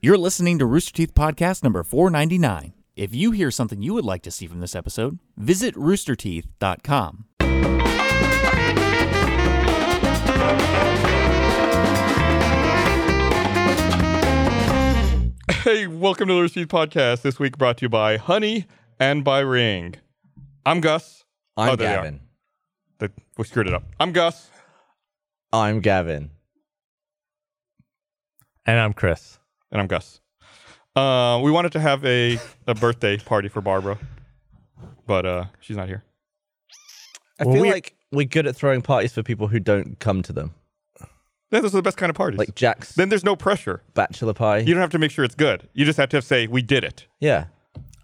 You're listening to Rooster Teeth Podcast number 499. If you hear something you would like to see from this episode, visit roosterteeth.com. Hey, welcome to the Receipt Podcast. This week brought to you by Honey and by Ring. I'm Gus. I'm Oh, there they are. Gavin. They- We screwed it up. I'm Gus. I'm Gavin. And I'm Chris. And I'm Gus. Uh, we wanted to have a, a birthday party for Barbara, but uh, she's not here. I Well, feel we- like we're good at throwing parties for people who don't come to them. Yeah, those are the best kind of parties. Like Jack's then there's no pressure. bachelor party. You don't have to make sure it's good. You just have to say, we did it. yeah.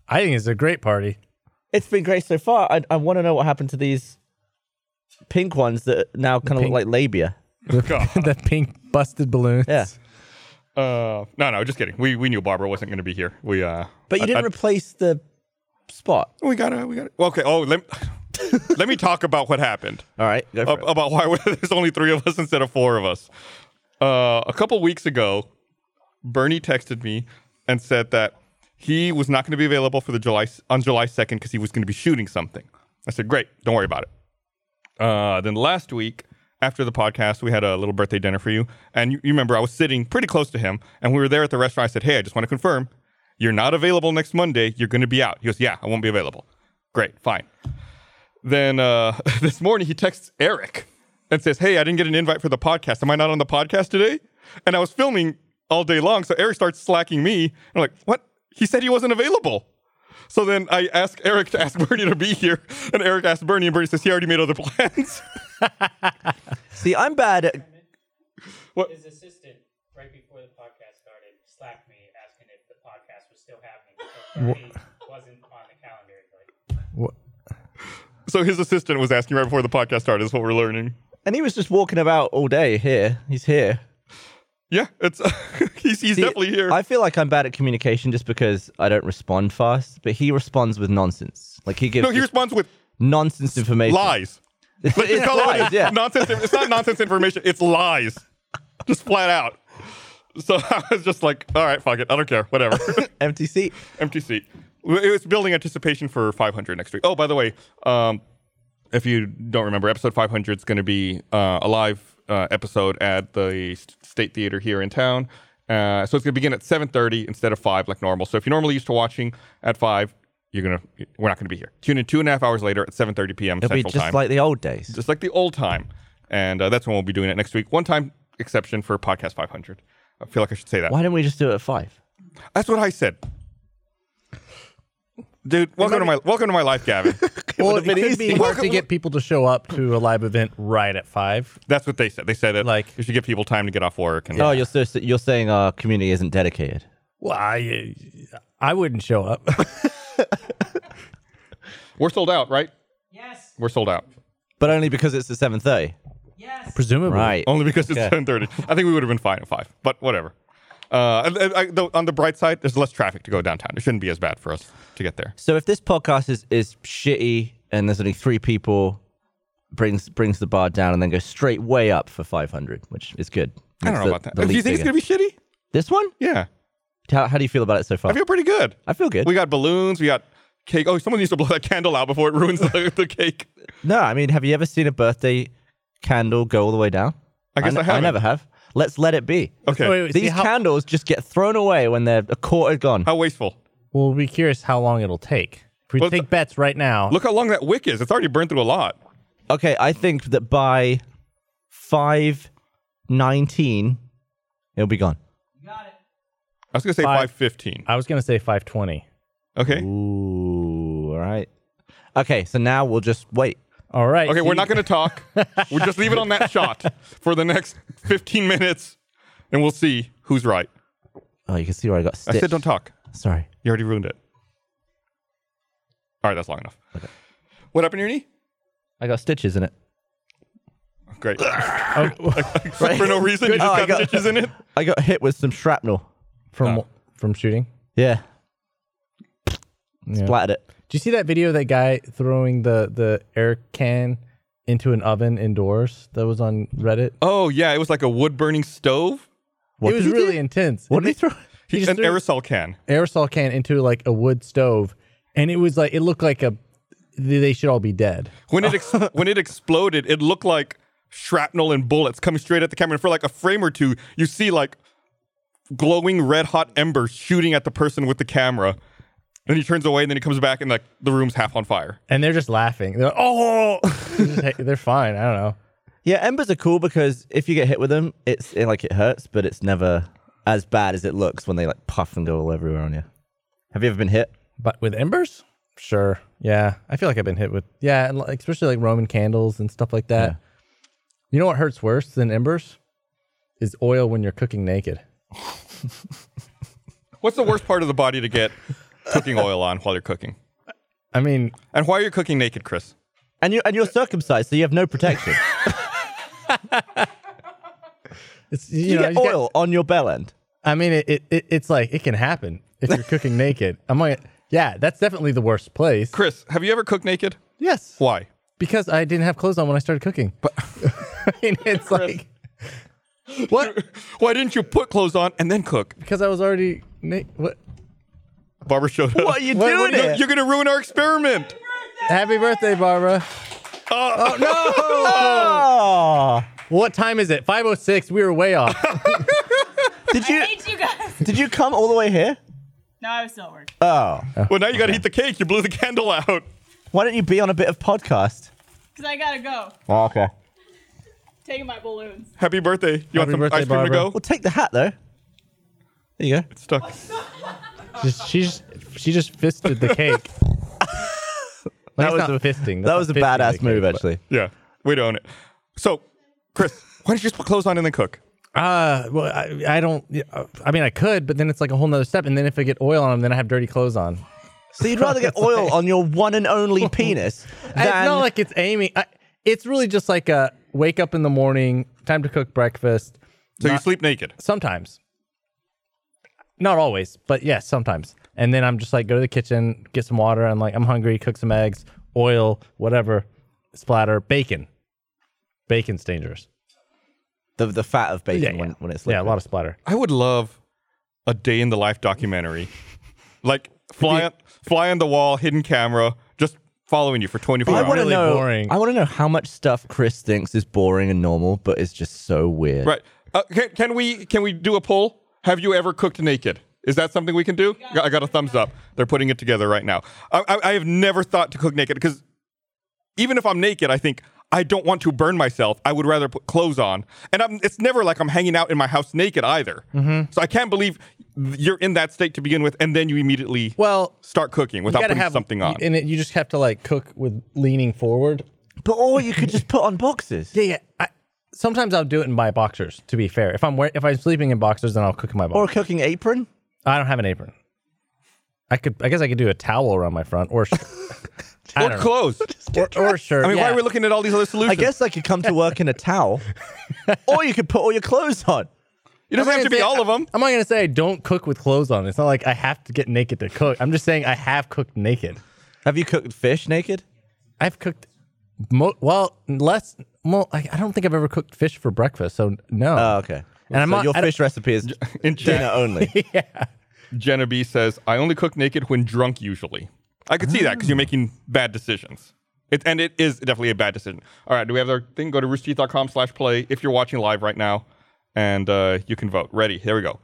I think it's a great party. It's been great so far. I, I want to know what happened to these pink ones that now kind of look pink- like labia. the pink busted balloons. Yeah. Uh, no, no, just kidding. We, we knew Barbara wasn't going to be here. We uh, But you I- didn't I- replace the spot. we got to we got to okay. Oh, let let me talk about what happened. All right. Go for ab- it. about why we- there's only three of us instead of four of us. Uh, a couple weeks ago, Bernie texted me and said that he was not going to be available for the July on July 2nd because he was going to be shooting something. I said, "Great, don't worry about it." Uh, then last week, after the podcast, we had a little birthday dinner for you, and you, you remember I was sitting pretty close to him, and we were there at the restaurant. I said, "Hey, I just want to confirm you're not available next Monday. You're going to be out." He goes, "Yeah, I won't be available." Great, fine then uh, this morning he texts Eric and says, "Hey, I didn't get an invite for the podcast. Am I not on the podcast today?" And I was filming all day long, so Eric starts slacking me. I'm like, "What? He said he wasn't available." So then I ask Eric to ask Bernie to be here, and Eric asks Bernie, and Bernie says he already made other plans. See, I'm bad at. his assistant right before the podcast started slapped me asking if the podcast was still happening because he wasn't on the calendar. Like, so his assistant was asking right before the podcast started. Is what we're learning. And he was just walking about all day here. He's here. Yeah, it's he's, he's See, definitely here. I feel like I'm bad at communication just because I don't respond fast, but he responds with nonsense. Like he gives no, he just responds with nonsense information. lies. Let's just it's call it what it lies, is. yeah. Nonsense. It's not nonsense information. It's lies, just flat out. So I was just like, all right, fuck it. I don't care. Whatever. Empty seat. Empty seat. It was building anticipation for 500 next week. Oh, by the way, um, if you don't remember, episode 500 is going to be uh, a live uh, episode at the S- State Theater here in town. Uh, so it's going to begin at 7:30 instead of five like normal. So if you're normally used to watching at five, you're gonna we're not going to be here. Tune in two and a half hours later at 7:30 p.m. It'll Central be just Time like the old days. just like the old time. And uh, that's when we'll be doing it next week. One time exception for Podcast 500. I feel like I should say that. Why don't we just do it at five? That's what I said. Dude, welcome to my welcome to my life, Gavin. Well, it been could be easy. hard to get people to show up to a live event right at five. that's what they said. They said it like Like- you should give people time to get off work. And Oh, you're so, you're saying our community isn't dedicated. Well, I, I wouldn't show up. we're sold out, right? yes, We're sold out. But only because it's at seven thirty. yes. Presumably. Right. Only because it's Okay. 10:30. I think we would have been fine at five, but whatever. Uh, and- and I, though, on the bright side, there's less traffic to go downtown. It shouldn't be as bad for us to get there. So if this podcast is, is shitty and there's only three people, brings brings the bar down and then goes straight way up for five hundred, which is good. I don't know about that. Do you think it's gonna be shitty? this one? Yeah, How, how do you feel about it so far? I feel pretty good. I feel good. We got balloons. We got cake. Oh, someone needs to blow that candle out before it ruins the, the cake. No, I mean, have you ever seen a birthday candle go all the way down? I guess I I haven't. never have. Let's let it be. Okay. Wait, wait, see These how- candles just get thrown away when they're a quarter gone. How wasteful. we'll be curious how long it'll take. If we Well, take the- bets right now, Look how long that wick is. It's already burned through a lot. Okay, I think that by five nineteen, it'll be gone. I was gonna say Five. five fifteen. I was going to say 520. Okay. Ooh, all right. Okay, so now we'll just wait. All right. Okay. We're see- not gonna talk. we'll just leave it on that shot for the next fifteen minutes, and we'll see who's right. Oh, you can see where I got I stitched. said don't talk. Sorry. You already ruined it. All right. That's long enough. What happened to your knee? I got stitches in it. Great. Oh, For no reason, you Oh, just I got, got- stitches in it. I got hit with some shrapnel. from, from shooting. Yeah, Yeah. splattered it. Do you see that video of that guy throwing the, the air can into an oven indoors that was on Reddit? Oh yeah, it was like a wood burning stove. What it was did he do? Oh, really intense. What And did he they- throw? He, just an threw- aerosol can. aerosol can into like a wood stove, and it was like it looked like a. They should all be dead. When it ex- when it exploded, it looked like shrapnel and bullets coming straight at the camera. And for like a frame or two, you see like glowing red hot embers shooting at the person with the camera. Then he turns away, and then he comes back, and like the room's half on fire. And they're just laughing. They're like, oh, they're, just ha- they're fine. I don't know. Yeah, embers are cool because if you get hit with them, it's it, like it hurts, but it's never as bad as it looks when they like puff and go all everywhere on you. Have you ever been hit? But with embers, sure. Yeah, I feel like I've been hit with yeah, and like, especially like Roman candles and stuff like that. You know what hurts worse than embers is oil when you're cooking naked. What's the worst part of the body to get cooking oil on while you're cooking? I mean, And why are you cooking naked, Chris? And you and you're circumcised, so you have no protection. it's you, you, know get you got- oil on your bell end. I mean, it, it, it it's like it can happen if you're cooking naked. I'm like, yeah, that's definitely the worst place. Chris, have you ever cooked naked? Yes. Why? Because I didn't have clothes on when I started cooking. But I mean, it's like what? Why didn't you put clothes on and then cook? Because I was already na- what? Barbara showed up. What are you What- doing what here? You're gonna ruin our experiment. Happy birthday, Barbara! Oh, What time is it? Five oh six. We were way off. did I you hate you guys. did you come all the way here? No, I was still at work. Oh, Well, now you gotta eat the cake. You blew the candle out. why don't you be on a bit of podcast? Because I gotta go. Oh, okay. Taking my balloons. Happy birthday. You want Happy some birthday, ice cream Barbara. to go? Well, take the hat though. There you go. It's stuck. just, she just she just fisted the cake. that was was not a- fisting. That That's was a not fisting the badass cake, move, but- actually. Yeah. We don't own it. So, Chris, why don't you just put clothes on and then cook? Uh, well, I, I don't. yeah, uh, I mean, I could, but then it's like a whole nother step. And then if I get oil on them, then I have dirty clothes on. So you'd rather get oil on your one and only penis I- than it's not like it's aiming. I, it's really just like a wake up in the morning, time to cook breakfast. So you sleep naked. Sometimes, not always, but yes, sometimes. And then I'm just like, go to the kitchen, get some water. I'm like, I'm hungry. Cook some eggs, oil, whatever, splatter, bacon. Bacon's dangerous. the, the fat of bacon Yeah, yeah. When, when it's yeah, a liquid. lot of splatter. I would love a day in the life documentary. Like fly on, fly on the wall, hidden camera, just following you for 24 I hours. want to really know. boring. I want to know how much stuff Chris thinks is boring and normal, but is just so weird. Right. Uh, can, can we can we do a poll? Have you ever cooked naked? Is that something we can do? I got a thumbs up. They're putting it together right now. I, I, I have never thought to cook naked because even if I'm naked, I think I don't want to burn myself. I would rather put clothes on, and I'm, it's never like I'm hanging out in my house naked either. Mm-hmm. So I can't believe you're in that state to begin with, and then you immediately Well, start cooking without gotta putting something on. And it, you just have to like cook with leaning forward. But or you could just put on boxes. Yeah, yeah. I, sometimes I'll do it in my boxers. To be fair, if I'm wear, if I'm sleeping in boxers, then I'll cook in my Or a boxers. cooking apron. I don't have an apron. I could. I guess I could do a towel around my front or. sh- I or don't know. clothes. or, or a shirt. I mean, why yeah. are we looking at all these other solutions? I guess I could come to work in a towel, or you could put all your clothes on. it doesn't have to be all of them. I'm not gonna say I don't cook with clothes on. It's not like I have to get naked to cook. I'm just saying I have cooked naked. Have you cooked fish naked? I've cooked, mo- well, less. Well, I, I don't think I've ever cooked fish for breakfast. So no. Oh, okay. And I'm So not- your I don't- fish recipe is In dinner only. Jenna B says, I only cook naked when drunk usually. I could see that because you're making bad decisions. It, and it is definitely a bad decision. All right, do we have our thing? Go to roosterteeth.com slash play if you're watching live right now and uh, you can vote. Ready? Here we go.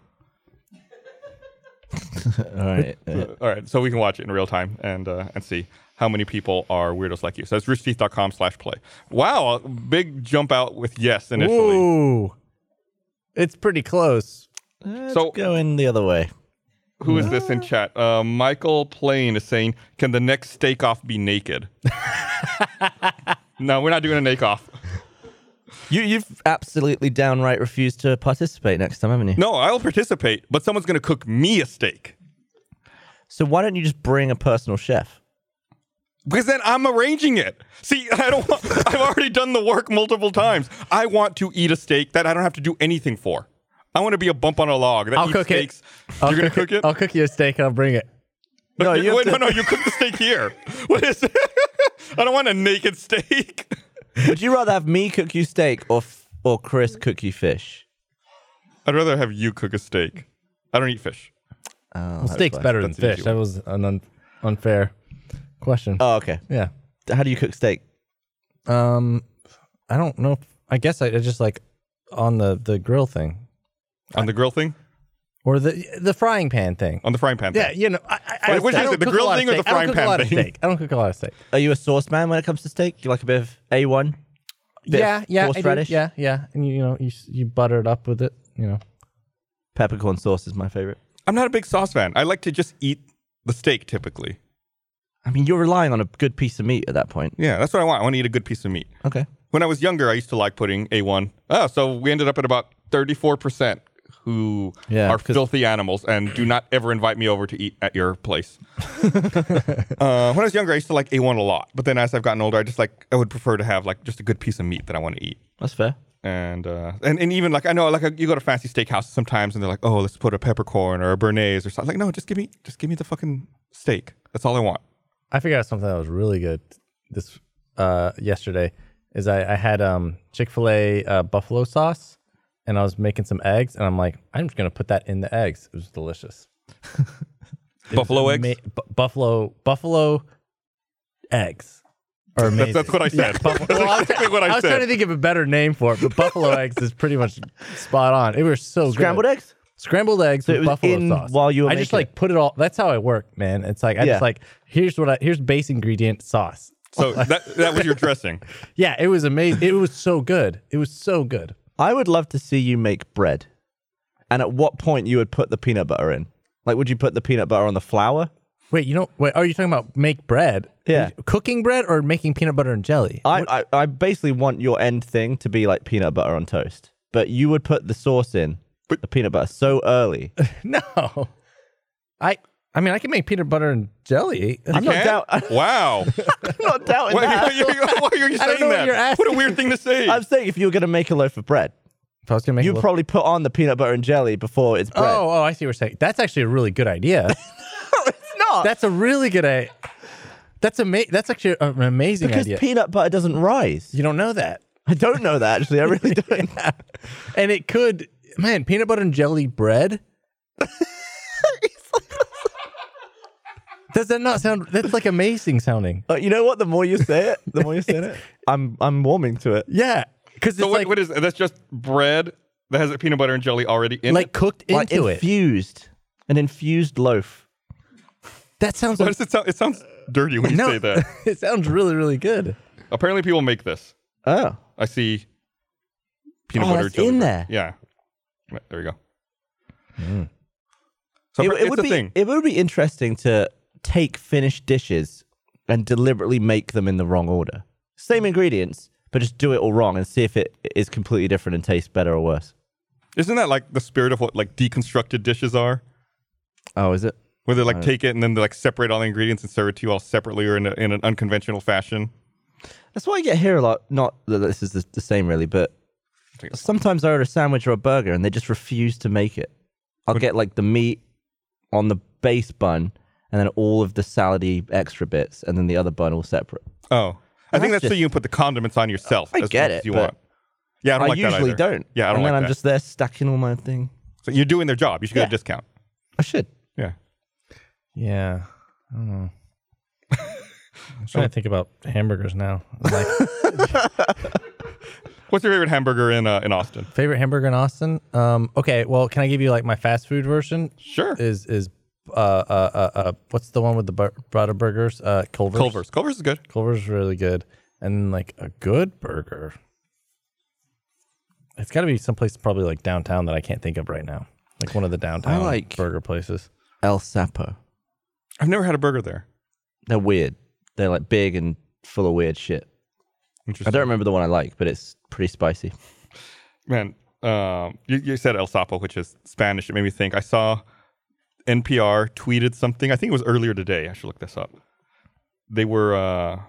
all right. Uh, All right, so we can watch it in real time and uh, and see how many people are weirdos like you. So that's roosterteeth.com slash play. Wow, a big jump out with yes initially. Ooh, it's pretty close. so going the other way. who is this in chat? Uh, Michael Plain is saying, "Can the next steak off be naked?" no, we're not doing a naked off. You you've absolutely downright refused to participate next time, haven't you? No, I'll participate, but someone's going to cook me a steak So why don't you just bring a personal chef? because then I'm arranging it. See, I don't. Want, I've already done the work multiple times. I want to eat a steak that I don't have to do anything for. I want to be a bump on a log that I'll eats cook it. steaks. You're going to cook it? I'll cook you a steak and I'll bring it. No, you have wait, to- no, no. You cook the steak here. What is it? I don't want a naked steak. Would you rather have me cook you steak or f- or Chris cook you fish? I'd rather have you cook a steak. I don't eat fish. Oh, Well, steak's better than that's an easy fish. That was an un- unfair question. Oh, okay. yeah. How do you cook steak? Um, I don't know. if- I guess I, I just like on the the grill thing on the grill thing, or the the frying pan thing. on the frying pan. Yeah, thing. you know, I, I, I, Wait, which I is don't it, the cook a grill lot of thing or the steak. I don't frying cook a pan lot of thing? steak. I don't cook a lot of steak. Are you a sauce man when it comes to steak? You like a bit of A1? Bit of yeah, yeah, I do. horseradish? yeah, yeah. And you, you know, you s- you butter it up with it. You know, Peppercorn sauce is my favorite. I'm not a big sauce fan. I like to just eat the steak typically. I mean, you're relying on a good piece of meat at that point. Yeah, that's what I want. I want to eat a good piece of meat. Okay. When I was younger, I used to like putting A1. Oh, so we ended up at about 34% who Yeah, are 'cause- filthy animals and do not ever invite me over to eat at your place. uh, when I was younger, I used to like A1 a lot. But then as I've gotten older, I just like, I would prefer to have like just a good piece of meat that I want to eat. That's fair. and uh, and and even like I know like you go to fancy steakhouses sometimes and they're like, oh, let's put a peppercorn or a béarnaise or something. Like, no, just give me just give me the fucking steak. That's all I want. I figured out something that was really good this uh yesterday. Is I, I had um Chick Fil A uh, buffalo sauce, and I was making some eggs, and I'm like, I'm just gonna put that in the eggs. It was delicious. Buffalo eggs. Ma- bu- buffalo buffalo eggs are amazing. That's what I said. Well, I That's was, exactly what I, I was said. trying to think of a better name for it, but buffalo eggs is pretty much spot on. It was so good. Scrambled eggs? Scrambled eggs it with was buffalo in sauce. while you were I just making like put it all. That's how I work, man. It's like I Yeah. just like here's what I here's base ingredient sauce. so that that was your dressing. Yeah, it was amazing. it was so good. It was so good. I would love to see you make bread. And at what point you would put the peanut butter in? Like, would you put the peanut butter on the flour? Wait, you know, wait, are you talking about make bread? Yeah. Uh, cooking bread or making peanut butter and jelly? I, I, I basically want your end thing to be like peanut butter on toast. But you would put the sauce in, the peanut butter, so early. no, I. I mean, I can make peanut butter and jelly. I'm not, Can't? doubt, I'm wow. not doubting Why that. are you, why are you I don't saying know what that? you're asking. what a weird thing to say. I'm saying if you were going to make a loaf of bread, If I was gonna make a you'd little- probably put on the peanut butter and jelly before it's bread. Oh, oh, I see what you're saying. That's actually a really good idea. it's not. That's a really good idea. That's ama- That's actually an amazing because idea. peanut butter doesn't rise. you don't know that, I don't know that, actually. I really don't. and it could. Man, peanut butter and jelly bread. Does that not sound? That's like amazing sounding. But you know what? The more you say it, the more you say it, I'm, I'm warming to it. Yeah, because so it's what, like what is that's just bread that has peanut butter and jelly already in like it. cooked Like into it. infused. An infused loaf. That sounds. What does it sound? It sounds dirty when you no, say that. it sounds really, really good. Apparently, people make this. Oh. I see peanut Oh, butter that's jelly in bread. there. Yeah. Right, There we go. So It, it, it it's would a be thing. it would be interesting to take finished dishes and deliberately make them in the wrong order. Same ingredients, but just do it all wrong and see if it is completely different and tastes better or worse. Isn't that like the spirit of what like deconstructed dishes are? Oh, is it? Where they like take it and then they like separate all the ingredients and serve it to you all separately or in, a, in an unconventional fashion. That's what I get here a lot. Not that this is the, the same really, but sometimes I order a sandwich or a burger and they just refuse to make it. I'll get like the meat on the base bun and then all of the salady extra bits and then the other bun all separate. Oh, I think that's that's so just- you can put the condiments on yourself. I as get much as it, You but want. Yeah, I don't I like that usually either. don't. Yeah, I don't and like then I'm that. just there stacking all my thing. So you're doing their job. You should get Yeah. a discount. I should. Yeah. Yeah. I don't know. I'm trying to think about hamburgers now. Like What's your favorite hamburger in uh, in Austin? favorite hamburger in Austin? Um, okay, well, can I give you like my fast food version? Sure. Is is uh uh uh, uh what's the one with the bur- butter burgers? Uh, Culver's. Culver's. Culver's is good. Culver's really good, and like a good burger. It's got to be someplace probably like downtown that I can't think of right now, like one of the downtown like- burger places. El Sapo. I've never had a burger there. They're weird. They're like big and full of weird shit. I Interesting. don't remember the one I like, but it's pretty spicy. man, um, you, you said El Sapo, which is Spanish. It made me think. I saw NPR tweeted something. I think it was earlier today. I should look this up. They were uh,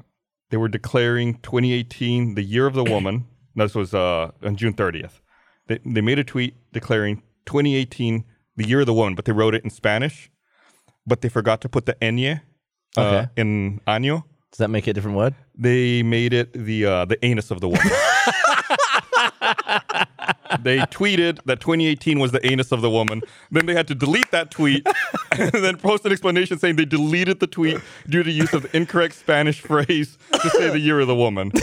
they were declaring 2018 the year of the woman. No, this was uh, on June 30th. They, they made a tweet declaring 2018 the year of the woman, but they wrote it in Spanish. But they forgot to put the "ñ" uh, Okay. in año. Does that make it a different word? They made it the uh, the anus of the woman. they tweeted that 2018 was the anus of the woman. Then they had to delete that tweet and then post an explanation saying they deleted the tweet due to use of incorrect Spanish phrase to say the year of the woman.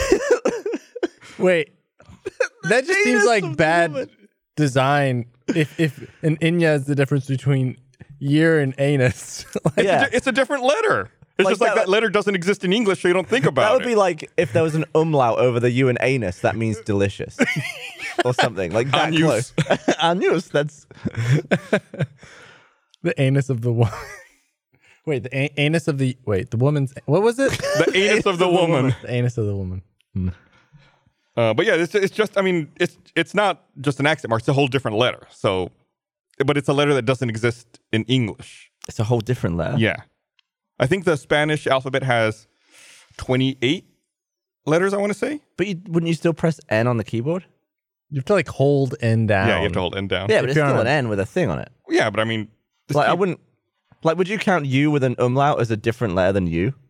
Wait, that just seems anus like of bad woman. design. If if an inya is the difference between year and anus, like, Yeah. It's a different letter. It's Like just like that, that- letter doesn't exist in English, so you don't think about That would it. be like if there was an umlaut over the U and anus. That means delicious, or something like that. Anus. Close. anus. That's the anus of the woman. Wait, the a- anus of the wait, the woman's what was it? the anus of the woman. the anus of the woman. Uh, but yeah, it's, it's just, I mean, it's it's not just an accent mark, it's a whole different letter. So, but it's a letter that doesn't exist in English. it's a whole different letter. Yeah. I think the Spanish alphabet has 28 letters, I want to say. But you, wouldn't you still press N on the keyboard? You have to like hold and down. Yeah, you have to hold N down. Yeah, but it's you're still on an N with a thing on it. Yeah, but I mean, this Like I keep- wouldn't. Like, would you count U with an umlaut as a different letter than U?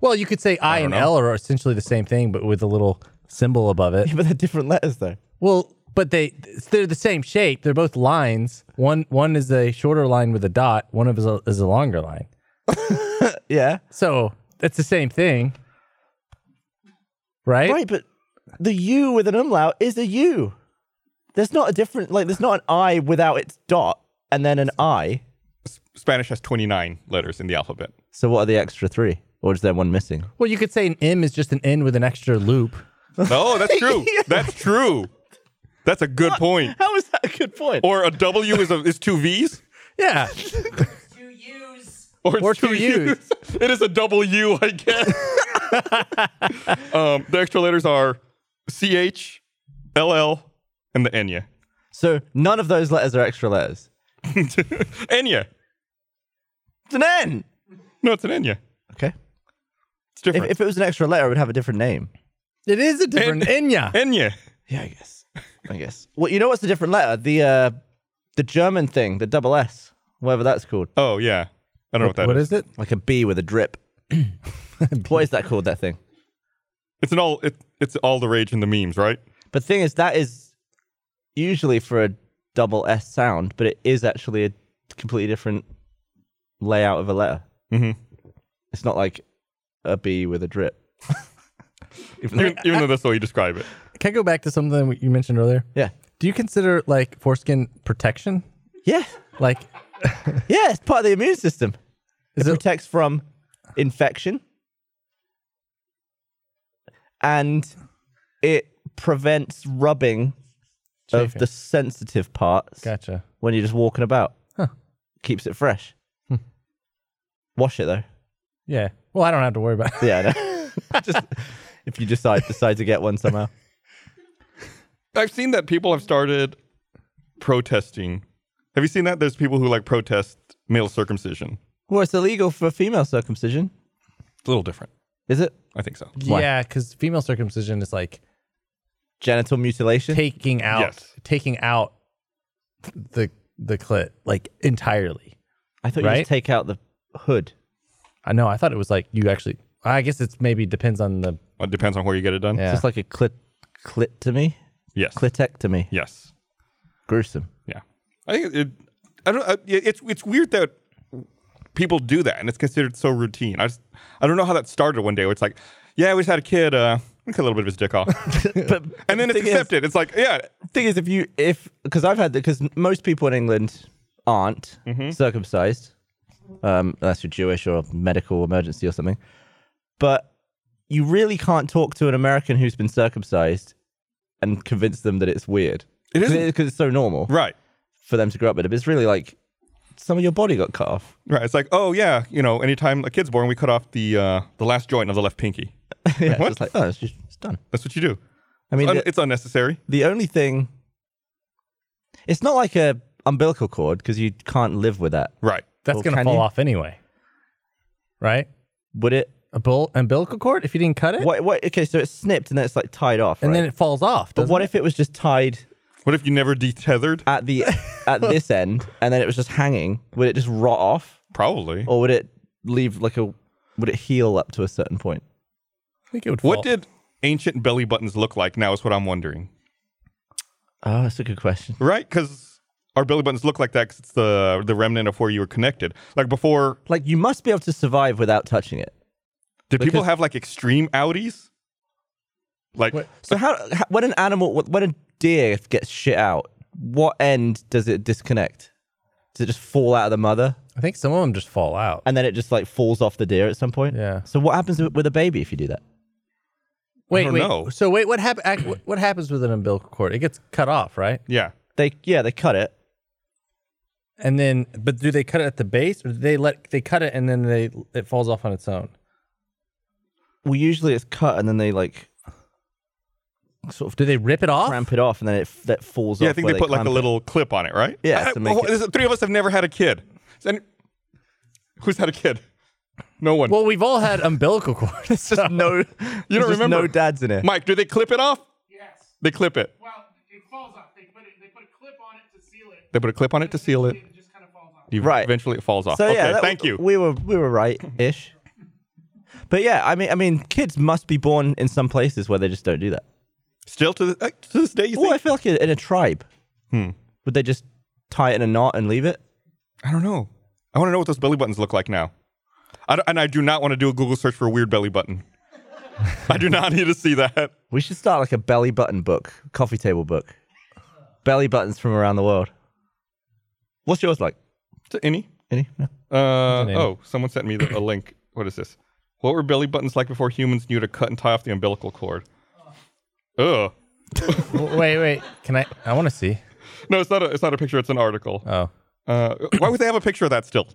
Well, you could say I, and L are essentially the same thing, but with a little symbol above it. Yeah, but they're different letters though. Well, but they they're the same shape. They're both lines. One one is a shorter line with a dot. One of is a, is a longer line. Yeah. So it's the same thing, right? Right, but the U with an umlaut is a U. There's not a different like there's not an I without its dot and then an I. Spanish has 29 letters in the alphabet. So what are the extra three? Or is there one missing? Well, you could say an M is just an N with an extra loop. No, Oh, that's true. That's true. That's a good point. How is that a good point? Or a W is a, is two V's. Yeah, To use. Or, it's Or two U's. It is a double U, I guess. um, the extra letters are CH, LL, and the Enya. so none of those letters are extra letters. Enya. It's an N. No, it's an Enya. Okay. It's If, different. if it was an extra letter, it would have a different name. it is a different Enya. Enya. Yeah, I guess. I guess. Well, you know what's a different letter? The uh the German thing, the double S, whatever that's called. Oh, yeah. I don't know what that is. What is it? Like a B with a drip. what is that called, that thing? It's an all it, it's all the rage in the memes, right? But thing is, that is usually for a double S sound, but it is actually a completely different layout of a letter. Mhm. It's not like a B with a drip. Even, even though that's the way you describe it. Can I go back to something you mentioned earlier? Yeah. Do you consider like foreskin protection? Yeah. Like, Yeah, it's part of the immune system. is it it protects from infection and it prevents rubbing of Chafing. the sensitive parts Gotcha. when you're just walking about. Huh. Hmm. Keeps it fresh. Wash it though. Yeah. Well, I don't have to worry about. It. Yeah, I know. just if you decide decide to get one somehow. I've seen that people have started protesting. Have you seen that? There's people who like protest male circumcision. Well, it's illegal for female circumcision, It's a little different. is it? I think so. Why? Yeah, because female circumcision is like Genital mutilation. taking out Yes. taking out the the clit like entirely. I thought you right? just take out the hood. I know. I thought it was like you actually. I guess it's maybe depends on the. It Uh, depends on where you get it done. Yeah. It's just like a clit clitomy, Yes. clitectomy. Yes. Gruesome. Yeah. I think it. I don't. I, it's it's weird that people do that, and it's considered so routine. I just I don't know how that started one day. Where it's like, yeah, we just had a kid. Uh, we cut a little bit of his dick off, But and then it's thing is- accepted. it's like, yeah, thing is, if you if because I've had that because most people in England aren't Mm-hmm. circumcised, um, unless you're Jewish or medical emergency or something. But you really can't talk to an American who's been circumcised and convince them that it's weird. It isn't. because it's so normal right, for them to grow up with it. But it's really like some of your body got cut off. right. It's like, oh yeah, you know, anytime a kid's born, we cut off the uh, the last joint of the left pinky. yeah, What? it's just like oh, it's just it's done. That's what you do. I mean, Un- the- it's unnecessary. the only thing it's not like a umbilical cord because you can't live with that, Right. That's Well, gonna can fall you? off anyway, right? would it? A bull umbilical cord. If you didn't cut it, What, what, okay, so it's snipped Eh. and then it's like tied off. and right? then it falls off. But doesn't what it? if it was just tied What if you never detethered? at the at this end and then it was just hanging? Would it just rot off, Probably. or would it leave like a? Would it heal up to a certain point? I think it would. What fall. did ancient belly buttons look like? Now is what I'm wondering. Oh, Ah, that's a good question. Right? Because our belly buttons look like that because it's the the remnant of where you were connected. Like before, Like you must be able to survive without touching it. did people Because- have like extreme outies? Like What- So how, how when an animal when a deer gets shit out, what end does it disconnect? Does it just fall out of the mother I think some of them just fall out. and then it just like falls off the deer at some point? Yeah. So what happens with a baby if you do that? Wait, don't wait. know. So wait, what happens? What happens with an umbilical cord? It gets cut off, right? yeah, They yeah they cut it. And then, but do they cut it at the base, or do they let they cut it and then they it falls off on its own? Well, usually it's cut and then they like sort of Do they rip it off? Oh. cramp it off and then it f- that falls off. yeah. I think where they put like clamp a it. little clip on it, right? Yeah, I- to make well, it- the three of us have never had a kid. Is any- who's had a kid? No one. Well, we've all had umbilical cords. It's just no. You don't remember. No dads in it. Mike, do they clip it off? Yes. They clip it. Well, it falls off. They put it. They put a clip on it to seal it. They put a clip on it to seal it. It just kind of falls off. You- Right. Eventually, it falls off. So okay, yeah, that- thank you. We were we were right ish. But yeah, I mean, I mean, kids must be born in some places where they just don't do that. Still to, the, uh, to this day, you Well, I think? feel like in a tribe, Hmm. would they just tie it in a knot and leave it? I don't know. I want to know what those belly buttons look like now. I don't- and I do not want to do a Google search for a weird belly button. I do not need to see that. We should start like a belly button book, coffee table book, belly buttons from around the world. What's yours like? To any? Any? No. Uh, oh, someone sent me the, a link. What is this? What were belly buttons like before humans knew to cut and tie off the umbilical cord? Ugh. W- wait, wait. Can I? I want to see. No, it's not a. It's not a picture. It's an article. Oh, Uh, why would they have a picture of that still?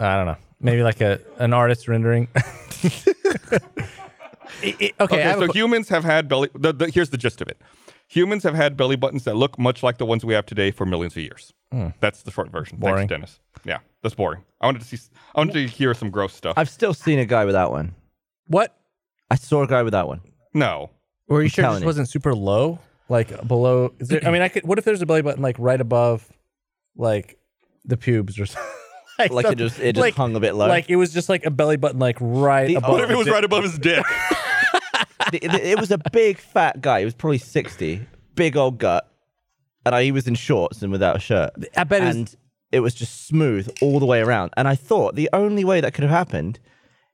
I don't know. Maybe like a an artist rendering. It- it- okay, I Okay, have a so qu- humans have had belly. The, the, here's the gist of it: humans have had belly buttons that look much like the ones we have today for millions of years. That's the short version. Boring. Thanks, Dennis. Yeah, that's boring. I wanted to see. I wanted to hear some gross stuff. I've still seen a guy without one. what? I saw a guy without one. no, Were you sure it telling just you. wasn't super low? Like below? Is there, I mean, I could. What if there's a belly button like right above, like the pubes or something? Like it something- just it just like- hung a bit low. Like it was just like a belly button, like right The- above. what if it was right above his dick? it, it- it was a big fat guy. He was probably sixty, big old gut, and I, he was in shorts and without a shirt. I bet it was- and it was just smooth all the way around. And I thought the only way that could have happened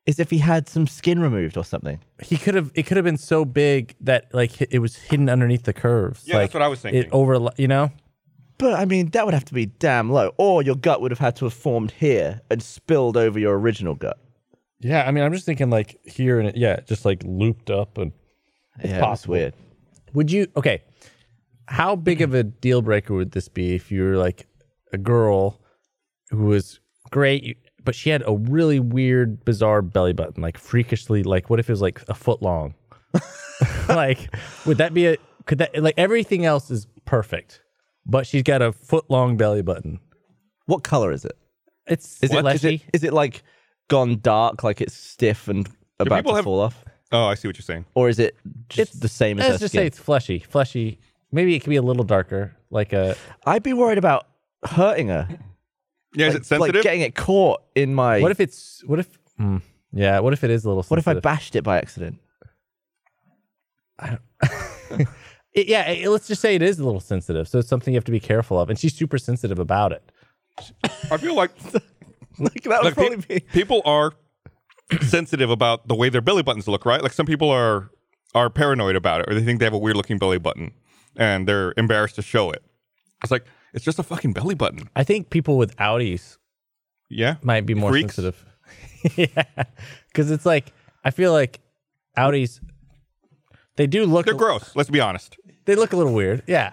is if he had some skin removed or something. he could have. It could have been so big that like hi- it was hidden underneath the curves. Yeah, like, that's what I was thinking. It over, you know. But I mean, that would have to be damn low, or your gut would have had to have formed here and spilled over your original gut. Yeah, I mean, I'm just thinking like here and it, yeah, just like looped up and. Yeah, that's possible. weird. Would you okay? How big of a deal breaker would this be if you were like a girl who was great, you- but she had a really weird, bizarre belly button, like freakishly, like what if it was like a foot long? like, would that be a? Could that like everything else is perfect, but she's got a foot long belly button. What color is it? It's Is it, is fleshy. it is it like gone dark, like it's stiff and about people to have- fall off, Oh, I see what you're saying. or is it just the same as Let's her just skin? say it's fleshy, fleshy. Maybe it could be a little darker, like a I'd be worried about hurting her. Yeah, is it sensitive? Like getting it caught in my. What if it's what if? Hmm. yeah, what if it is a little? what if I sensitive? bashed it by accident? It- yeah, it- let's just say it is a little sensitive, so it's something you have to be careful of, and she's super sensitive about it. I feel like like that Look, would pe- probably be. people are sensitive about the way their belly buttons look, right? Like some people are are paranoid about it, or they think they have a weird looking belly button, and they're embarrassed to show it. It's like it's just a fucking belly button. I think people with outies Yeah, might be more Freaks? sensitive. yeah, because it's like I feel like outies, they do look they're gross. Let's be honest. they look a little weird. Yeah.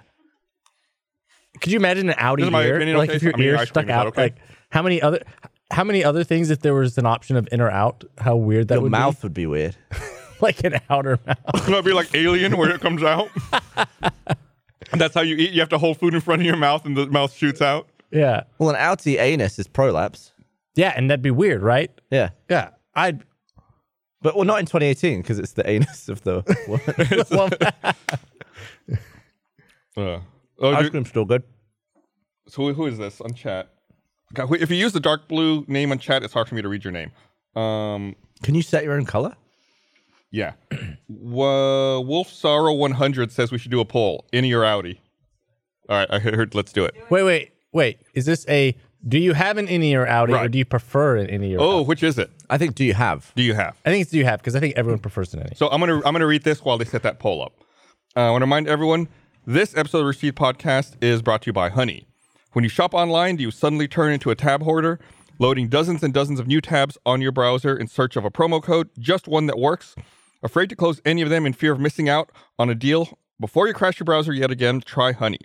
Could you imagine an outie Is my ear? opinion like okay? if your I mean, your ear ice stuck cream, is that out, okay? like how many other how many other things if there was an option of in or out? How weird that Your would be. mouth would be weird. like an outer mouth. Can I be like alien where it comes out? and that's how you eat. You have to hold food in front of your mouth, and the mouth shoots out. Yeah. Well, an outie anus is prolapse. Yeah, and that'd be weird, right? Yeah. Yeah. I'd But well, not in 2018 because it's the anus of the woman. well, Uh, oh, Ice dude, cream's still good. so who- who is this on chat? God, wait, if you use the dark blue name on chat, it's hard for me to read your name. Um, Can you set your own color? yeah. Wo- Wolf Sorrow 100 says we should do a poll, in or outie. All right, I heard. Let's do it. wait, wait. wait, is this a do you have an in ear outing or Right. do you prefer an in ear? Oh, which is it? I think. Do you have? Do you have? I think it's do you have because I think everyone prefers an in ear. So I'm gonna I'm gonna read this while they set that poll up. Uh, I want to remind everyone this episode of Receipt Podcast is brought to you by Honey. When you shop online, do you suddenly turn into a tab hoarder, loading dozens and dozens of new tabs on your browser in search of a promo code, just one that works? Afraid to close any of them in fear of missing out on a deal? Before you crash your browser yet again, try Honey.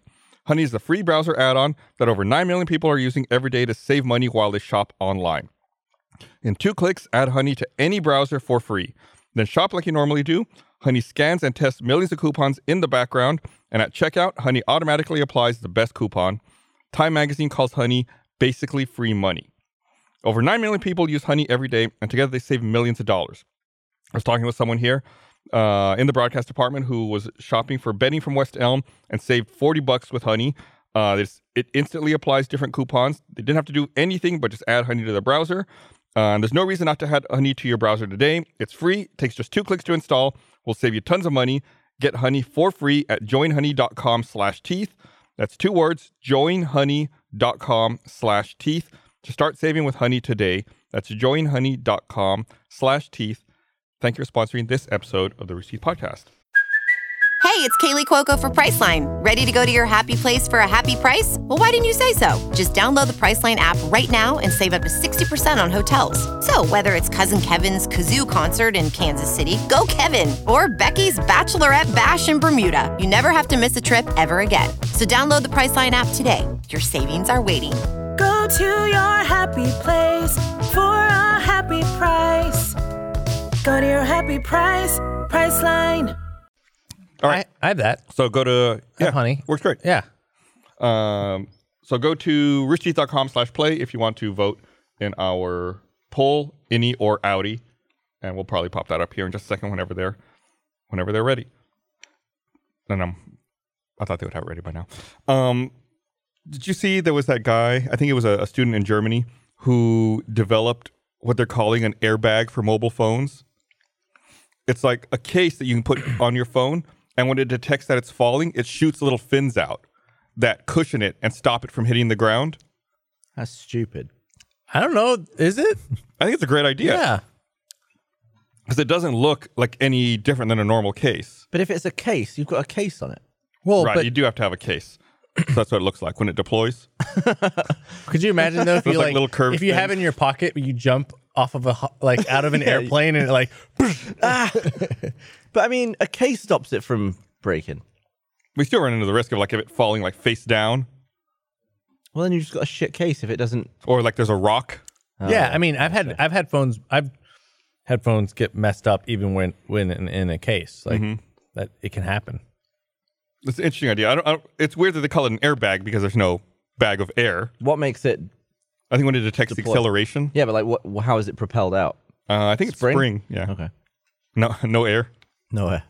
Honey is the free browser add-on that over 9 million people are using every day to save money while they shop online. In two clicks, add Honey to any browser for free. Then shop like you normally do. Honey scans and tests millions of coupons in the background, and at checkout, Honey automatically applies the best coupon. Time magazine calls Honey basically free money. Over 9 million people use Honey every day, and together they save millions of dollars. I was talking with someone here uh, in the broadcast department who was shopping for bedding from West Elm and saved 40 bucks with Honey. Uh, this, it instantly applies different coupons. They didn't have to do anything but just add Honey to their browser. Uh, and there's no reason not to add Honey to your browser today. It's free, it takes just two clicks to install, will save you tons of money. Get Honey for free at joinhoney.com slash teeth. That's two words, joinhoney.com slash teeth. To start saving with Honey today, that's joinhoney.com slash teeth. Thank you for sponsoring this episode of the Receipt Podcast. Hey, it's Kaylee Cuoco for Priceline. Ready to go to your happy place for a happy price? Well, why didn't you say so? Just download the Priceline app right now and save up to 60% on hotels. So, whether it's Cousin Kevin's Kazoo concert in Kansas City, go Kevin, or Becky's Bachelorette Bash in Bermuda, you never have to miss a trip ever again. So, download the Priceline app today. Your savings are waiting. Go to your happy place for a happy price. Go to your happy price, price line. All right. I, I have that. So go to yeah, Honey. Works great. Yeah. Um, so go to richteeth.com slash play if you want to vote in our poll, any or outie. And we'll probably pop that up here in just a second whenever they're whenever they're ready. And I'm I thought they would have it ready by now. Um, did you see there was that guy, I think it was a, a student in Germany who developed what they're calling an airbag for mobile phones. It's like a case that you can put on your phone, and when it detects that it's falling, it shoots little fins out that cushion it and stop it from hitting the ground. That's stupid. I don't know. Is it? I think it's a great idea Yeah. because it doesn't look like any different than a normal case. But if it's a case, you've got a case on it. Well, right, but you do have to have a case. so that's what it looks like when it deploys. could you imagine though if you like like, little curved if you have things. in your pocket you jump off of a ho- like out of an airplane and it like Ah! But I mean, a case stops it from breaking. We still run into the risk of like if it falling like face down Well, then you've just got a shit case if it doesn't. or like there's a rock. yeah i mean i've had i've had phones i've had phones get messed up even when when in, in a case like Mm-hmm. that it can happen It's an interesting idea. I don't, I don't, it's weird that they call it an airbag because there's no bag of air. What makes it? I think when it detects the Deploy. acceleration, Yeah, but like, what? How is it propelled out? uh, I think it's spring. Spring? Yeah. Okay. No, no air. Nowhere.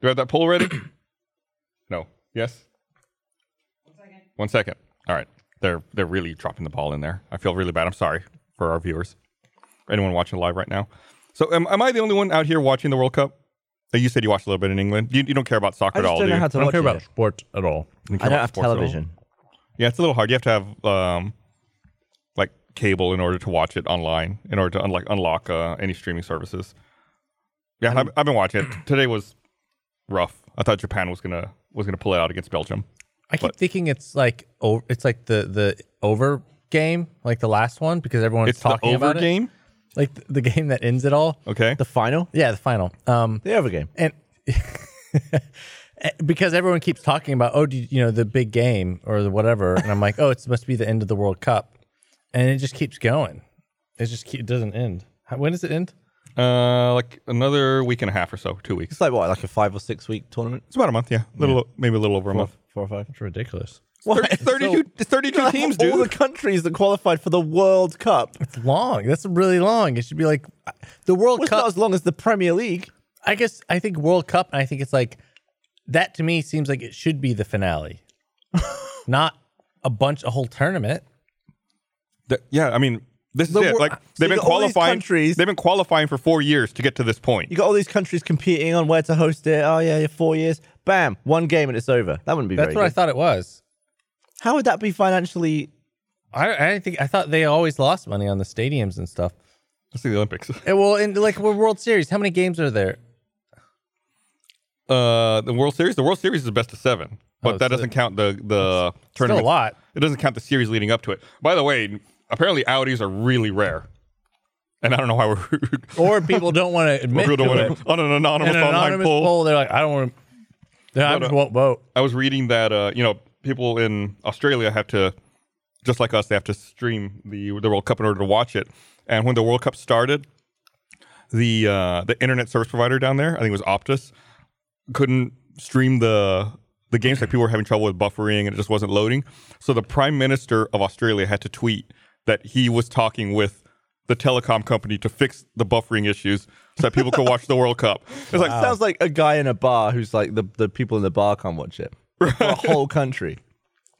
Do you have that poll ready? no. Yes. One second. All right. They're they're really dropping the ball in there. I feel really bad. I'm sorry for our viewers, for anyone watching live right now. So am, am I the only one out here watching the World Cup? Uh, You said you watched a little bit in England. You, you don't care about soccer I at just all, don't do know you? how to i don't watch care it. about sports at all You care I don't about have sports at all? television. Yeah, it's a little hard. You have to have um, like cable in order to watch it online, in order to unlike unlock uh, any streaming services. Yeah, I've, I've been watching it. Today was rough. I thought Japan was gonna was gonna pull it out against Belgium. i keep What? thinking it's like over it's like the the over game like the last one because everyone's It's the talking over about it game. like the, the game that ends it all Okay. The final, yeah the final um the other game. and because everyone keeps talking about oh do you, you know the big game or the whatever and i'm like oh it must be the end of the world cup and it just keeps going it just keep, it doesn't end How- when does it end Uh, like another week and a half or so, two weeks. It's like what, like a five or six week tournament? It's about a month, yeah. Little, maybe a little over a month. Four or five. it's ridiculous Thirty- Thirty-two, it's thirty-two teams, All the dude. countries that qualified for the World Cup. It's it's long that's really long it should be like uh, the world not cup as long as the Premier League. i guess i think world cup and i think it's like that to me seems like it should be the finale not a bunch a whole tournament Th- yeah, I mean, this is The it. wor- Like so they've you been got all these qualifying. countries- They've been qualifying for four years to get to this point. You got all these countries competing on where to host it. Oh yeah, yeah, four years. Bam, one game and it's over. That wouldn't be that's very what i good. thought it was How would that be financially? I, I think I thought they always lost money on the stadiums and stuff. Let's see the Olympics. And well, in like we're World Series, how many games are there? Uh, the World Series. The World Series is the best of seven, but Oh, that so- doesn't count the the Still a tournament. lot. It doesn't count the series leading up to it. By the way, apparently Audis are really rare, and I don't know why we're Or people don't want to admit people don't to want it. to on an anonymous, In an online anonymous poll. poll. they're like, I don't want to. I No, just no. won't vote. I was reading that uh, you know people in Australia have to, just like us, they have to stream the the World Cup in order to watch it. And when the World Cup started, the uh, the internet service provider down there, I think it was Optus, couldn't stream the the games. Like people were having trouble with buffering, and it just wasn't loading. So the Prime Minister of Australia had to tweet that he was talking with the telecom company to fix the buffering issues so that people could watch the World Cup. It's like Sounds like a guy in a bar who's like the, the people in the bar can't watch it. The whole country.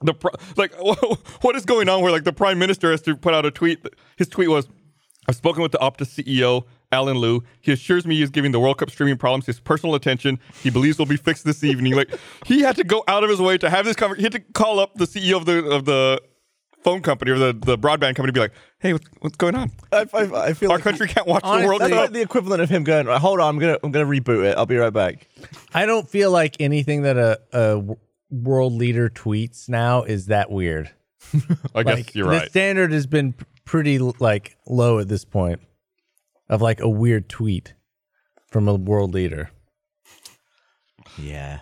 the pri- like what is going on where like the prime minister has to put out a tweet his tweet was i've spoken with the optus ceo alan liu he assures me he is giving the world cup streaming problems his personal attention he believes will be fixed this evening like he had to go out of his way to have this conversation he had to call up the ceo of the of the phone company or the, the broadband company and be like hey what's, what's going on I, I, I feel our like country can't watch the world That's cup like the equivalent of him going, right, "Hold on, I'm gonna I'm gonna reboot it. I'll be right back." I don't feel like anything that a, a w- world leader tweets now is that weird. i guess Like you're the right standard has been p- pretty like low at this point of like a weird tweet from a world leader. Yeah.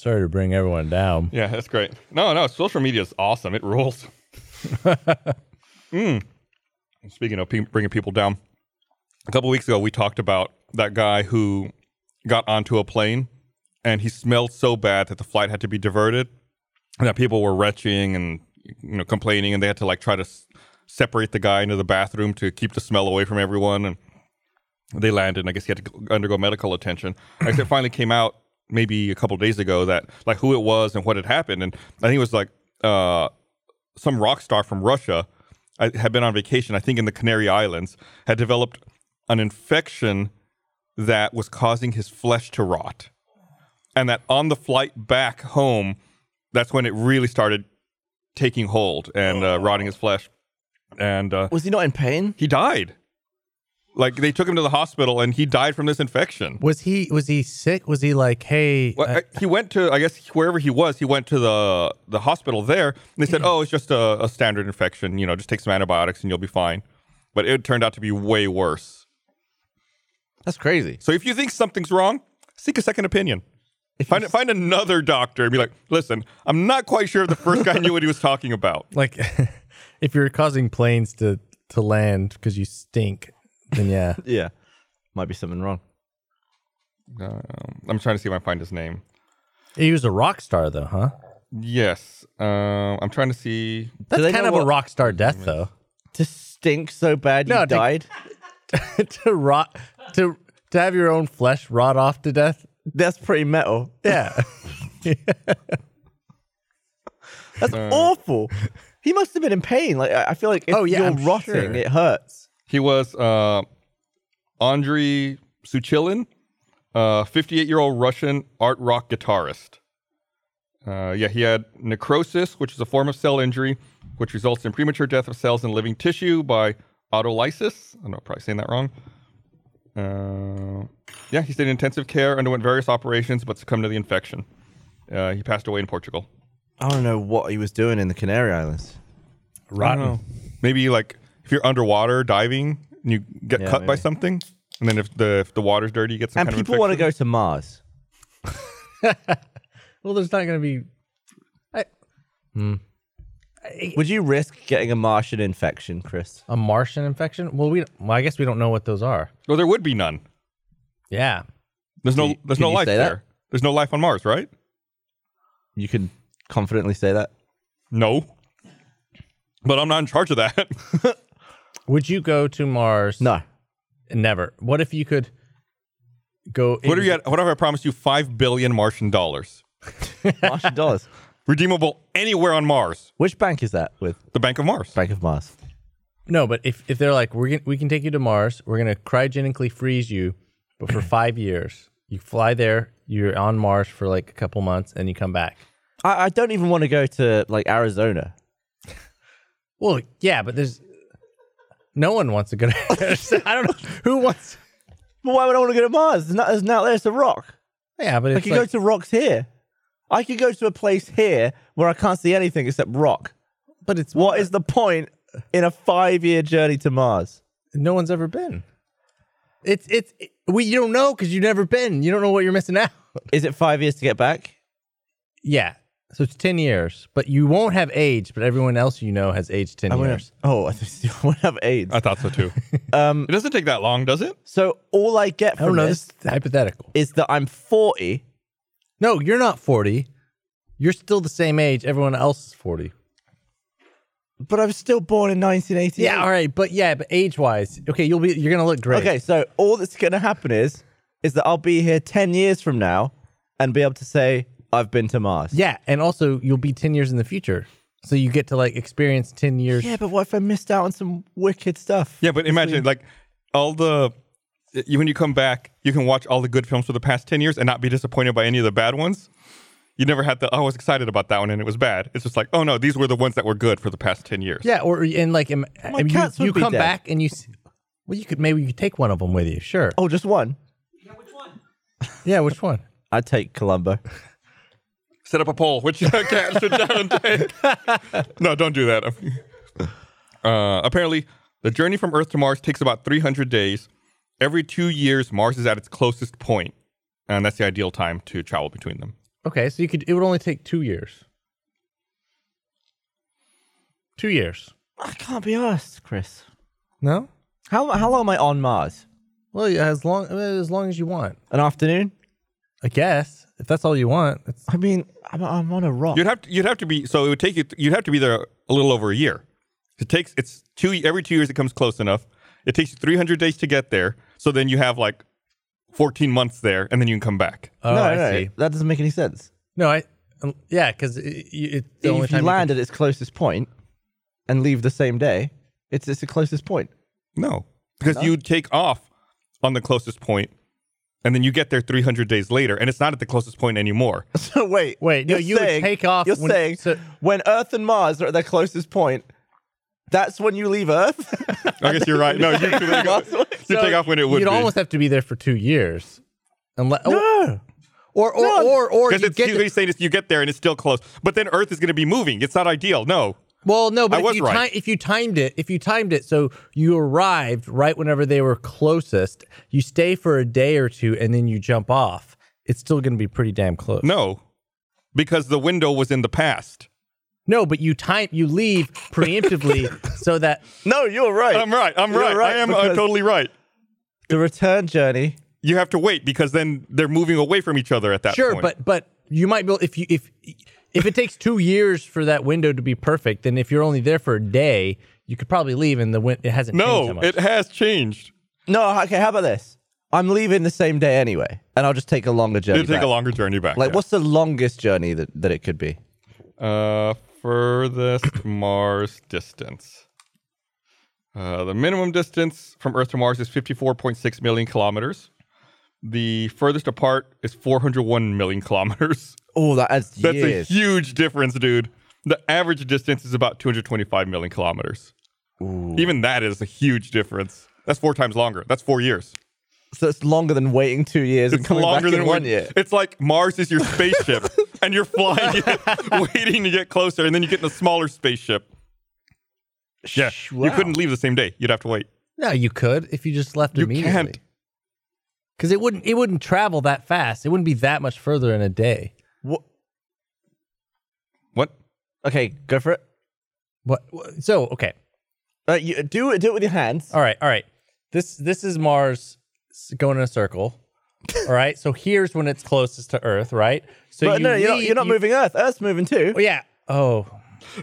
Sorry to bring everyone down. yeah that's great no no social media is awesome it rules Mm. speaking of pe- bringing people down a couple weeks ago we talked about that guy who got onto a plane and he smelled so bad that the flight had to be diverted and that people were retching and you know complaining and they had to like try to s- separate the guy into the bathroom to keep the smell away from everyone and they landed and i guess he had to g- undergo medical attention i guess it finally came out maybe a couple days ago that like who it was and what had happened and i think it was like uh some rock star from Russia I, had been on vacation, I think in the Canary Islands, had developed an infection that was causing his flesh to rot. And that on the flight back home, that's when it really started taking hold and uh, rotting his flesh. And uh, Was he not in pain? he died. Like they took him to the hospital and he died from this infection. Was he was he sick? Was he like, hey, Well, uh, I- he went to, I guess, wherever he was, he went to the the hospital there. And they said, oh, it's just a, a standard infection. You know, just take some antibiotics and you'll be fine. But it turned out to be way worse. That's crazy. So if you think something's wrong, seek a second opinion. Find, find another doctor and be like, listen, I'm not quite sure if the first guy knew what he was talking about. like if you're causing planes to to land because you stink, then yeah. Yeah. Might be something wrong. Um, I'm trying to see if I can find his name. he was a rock star though, huh? Yes. Um, I'm trying to see. That's they kind know of a what- Mm-hmm. rock star death though. To stink so bad you No, to- died. to rot to to have your own flesh rot off to death. That's pretty metal. Yeah. That's awful. He must have been in pain. Like I I feel like if Oh, yeah, you're I'm rotting, sure. it hurts. He was uh, Andrei Suchilin, 58 year old Russian art rock guitarist. Uh, yeah, he had necrosis, which is a form of cell injury, which results in premature death of cells in living tissue by autolysis. I don't know, probably saying that wrong. Uh, yeah, he stayed in intensive care, underwent various operations, but succumbed to the infection. Uh, he passed away in Portugal. I don't know what he was doing in the Canary Islands. Oh. Rotten. Maybe like if you're underwater diving and you get Yeah, cut by maybe. something, and then if the if the water's dirty, you get some and kind people of want to infection. go to Mars. Well, there's not going to be. I, Would you risk getting a Martian infection, Chris? a Martian infection? Well, we. Well, I guess we don't know what those are. Well, there would be none. Yeah. There's no you- there's could no you life say that? there. There's no life on Mars, right? You can confidently say that. No. But I'm not in charge of that. Would you go to Mars? No. Never. What if you could go? what are you at, what if I promised you five billion Martian dollars? Martian dollars. Redeemable anywhere on Mars. Which bank is that with? The Bank of Mars. Bank of Mars. No, but if if they're like, we're gonna, we can take you to Mars. We're gonna cryogenically freeze you, but for five years, you fly there. You're on Mars for like a couple months, and you come back. I, I don't even want to go to like Arizona. Well, yeah, but there's no one wants to go to. I don't know who wants. But why would I want to go to Mars? There's not, there's not there's a rock. Yeah, but I it's could like, go to rocks here. I could go to a place here where I can't see anything except rock. but it's What is the point in a five year journey to Mars? no one's ever been. It's it's it, we you don't know because you've never been. You don't know what you're missing out. Is it five years to get back? Yeah, so it's ten years, but you won't have age. But everyone else you know has aged 10 I wouldn't years. have, oh, I think I wouldn't have AIDS. I thought so too. Um, it doesn't take that long, does it? So all I get I don't from know. this This is hypothetical. is that I'm 40. No, you're not forty. You're still the same age. Everyone else is forty. But I was still born in 1988. Yeah, all right, but yeah, but age wise, okay, you'll be you're gonna look great. Okay, so all that's going to happen is is that I'll be here 10 years from now and be able to say I've been to Mars. Yeah, and also you'll be ten years in the future, so you get to like experience ten years. Yeah, but what if I missed out on some wicked stuff? Yeah, but imagine like all the you, when you come back, you can watch all the good films for the past ten years and not be disappointed by any of the bad ones. You never had the oh, I was excited about that one and it was bad. It's just like oh no, these were the ones that were good for the past ten years. Yeah, or and like im- I mean, cats would you, you be come dead. back and you, s- well, you could maybe you could take one of them with you. Sure. Oh, just one. Yeah, which one? I'd take Columbo. Set up a poll. Which cat should Darren take? no, don't do that. Uh, apparently, the journey from Earth to Mars takes about 300 days. Every two years, Mars is at its closest point, and that's the ideal time to travel between them. Okay, so you could it would only take two years. Two years. I can't be asked, Chris. No. How, how long am I on Mars? Well, yeah, as long as long as you want, An afternoon? I guess. If that's all you want, it's I mean, I'm, I'm on a rock. You'd have to, you'd have to be so it would take you you'd have to be there a little over a year. It takes it's two every two years it comes close enough. It takes you 300 days to get there, so then you have like 14 months there, and then you can come back. oh, no, I no, see. that doesn't make any sense. No, I um, yeah, because it, it, the only if you time land at its closest point and leave the same day, it's it's the closest point. No, because you take off on the closest point, and then you get there 300 days later, and it's not at the closest point anymore. So wait, Wait, no, you're you would take off You're when- saying so- when Earth and Mars are at their closest point, that's when you leave Earth. I guess you're right. No, you, you take off, you take off when it would You'd be. almost have to be there for two years, unless no, or or No. or, or because you it's get you to- he's saying is you get there and it's still close, but then Earth is going to be moving. It's not ideal. No, Well, no, but I if, was you right. ti- if you timed it, if you timed it, so you arrived right whenever they were closest, you stay for a day or two, and then you jump off. It's still going to be pretty damn close. no, because the window was in the past. no, but you time you leave preemptively so that no, you're right. I'm right. I'm You're right. I am uh, because totally right. The return journey. You have to wait because then they're moving away from each other at that sure, point. but but you might be able, if you if if it takes two years for that window to be perfect, then if you're only there for a day, you could probably leave, and the win- it hasn't changed that no, much. it has changed. No, okay. How about this? I'm leaving the same day anyway, and I'll just take a longer journey. It'll take back. a longer journey back. Like, yeah. what's the longest journey that, that it could be? Uh, furthest Mars distance. Uh, the minimum distance from Earth to Mars is 54.6 million kilometers. The furthest apart is 401 million kilometers. Oh, that adds That's years. a huge difference, dude. The average distance is about 225 million kilometers. Even that is a huge difference. That's four times longer. That's four years. so it's longer than waiting two years and It's coming longer back than in one when- year. It's like Mars is your spaceship, and you're flying, it, waiting to get closer, and then you get in a smaller spaceship. Yeah, Sh- you wow. couldn't leave the same day. You'd have to wait. No, you could if you just left You immediately. can't. Because it wouldn't it wouldn't travel that fast. It wouldn't be that much further in a day. What? What? Okay, go for it. What? what- So okay, Uh, you, do it. Do it with your hands. all right, all right. This this is Mars s- going in a circle. All right. So here's when it's closest to Earth, right? So But you no, you're not, leave- you're not you- moving Earth. Earth's moving too. Oh, yeah. Oh.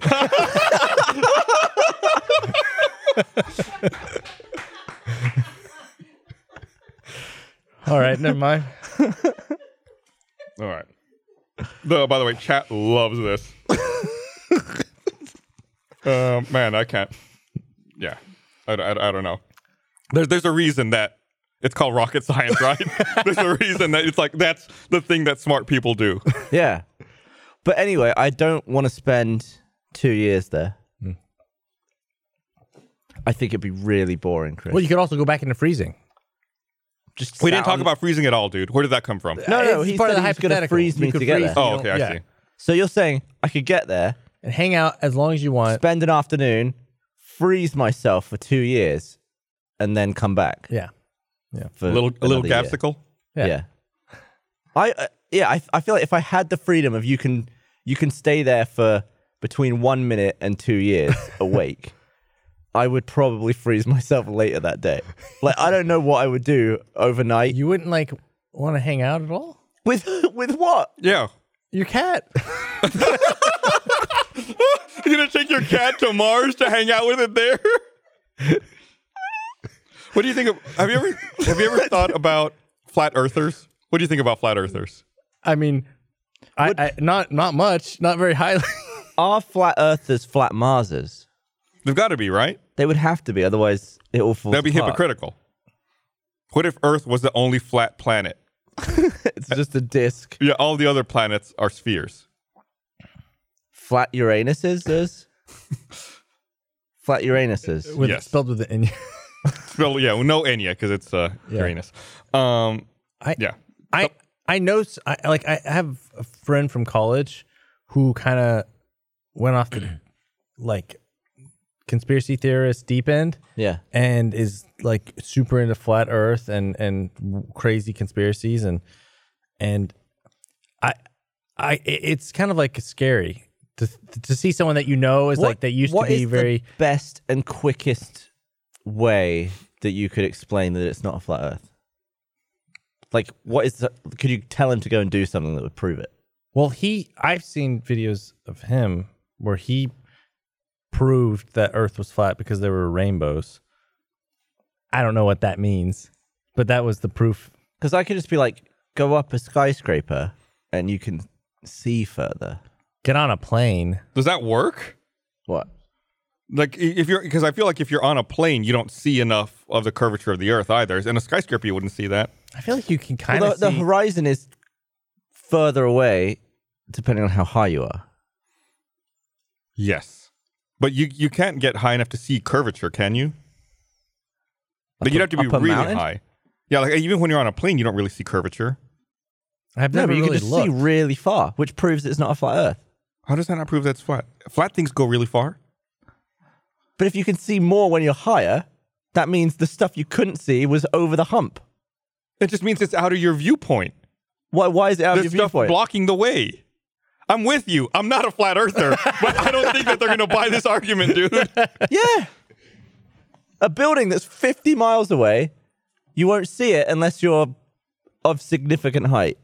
all right. Never mind. All right. No, by the way, chat loves this. uh, man, I can't. Yeah, I, I, I don't know. There's there's a reason that it's called rocket science, right? there's a reason that it's like that's the thing that smart people do. Yeah. But anyway, I don't want to spend two years there. Hmm. I think it'd be really boring, Chris. Well, you could also go back into freezing. just We sat didn't talk on- about freezing at all, dude. Where did that come from? No, no, It's he part said of he the was gonna hypothetical. freeze me You could to get there. Oh, okay, I yeah. see. So you're saying I could get there, And hang out as long as you want. spend an afternoon, freeze myself for two years, and then come back Yeah. for A little, a little another year. capsicle. Yeah. Yeah. I uh, yeah, I I feel like if I had the freedom of you can you can stay there for between 1 minute and 2 years awake. I would probably freeze myself later that day. Like I don't know what I would do overnight You wouldn't like want to hang out at all? with with what? Yeah. Your cat. You're gonna take your cat to Mars to hang out with it there? what do you think of have you ever have you ever thought about flat earthers? What do you think about flat earthers? I mean, I, I not not much, not very highly. Are flat earthers flat Marsers? They've gotta be, right? They would have to be otherwise it all falls That'd be apart. hypocritical. What if Earth was the only flat planet? It's just a disc. Yeah, all the other planets are spheres. Flat Uranuses is Flat Uranuses. with Yes. spelled with an N. Well, yeah, well, no Enya because it's uh, Uranus. Um, I- yeah, I I know s- I like I have a friend from college who kind of went off the like conspiracy theorist deep end Yeah. and is like super into flat earth and and crazy conspiracies and and I I it- it's kind of like scary to to see someone that you know is like that used to what be is very the best and quickest way that you could explain that it's not a flat Earth. Like, what is? The, could you tell him to go and do something that would prove it? Well, he I've seen videos of him where he proved that Earth was flat because there were rainbows. I don't know what that means, but that was the proof. Because I could just be like, go up a skyscraper and you can see further. Get on a plane. does that work? What? Like, i- if you're because I feel like if you're on a plane, you don't see enough of the curvature of the Earth either. In a skyscraper, you wouldn't see that. I feel like you can kind Well, of the, the see- horizon is further away, depending on how high you are. Yes, but you you can't get high enough to see curvature, can you? Like, Up you'd a- have to be up a really mountain? high. Yeah, like even when you're on a plane, you don't really see curvature. I've No, never but you really can just looked. see really far, which proves it's not a flat Earth. How does that not prove that's flat? Flat things go really far. But if you can see more when you're higher, that means the stuff you couldn't see was over the hump. It just means it's out of your viewpoint. Why, why is it out of There's your stuff viewpoint? blocking the way. I'm with you. I'm not a flat earther, but I don't think that they're going to buy this argument, dude. yeah. A building that's 50 miles away, you won't see it unless you're of significant height.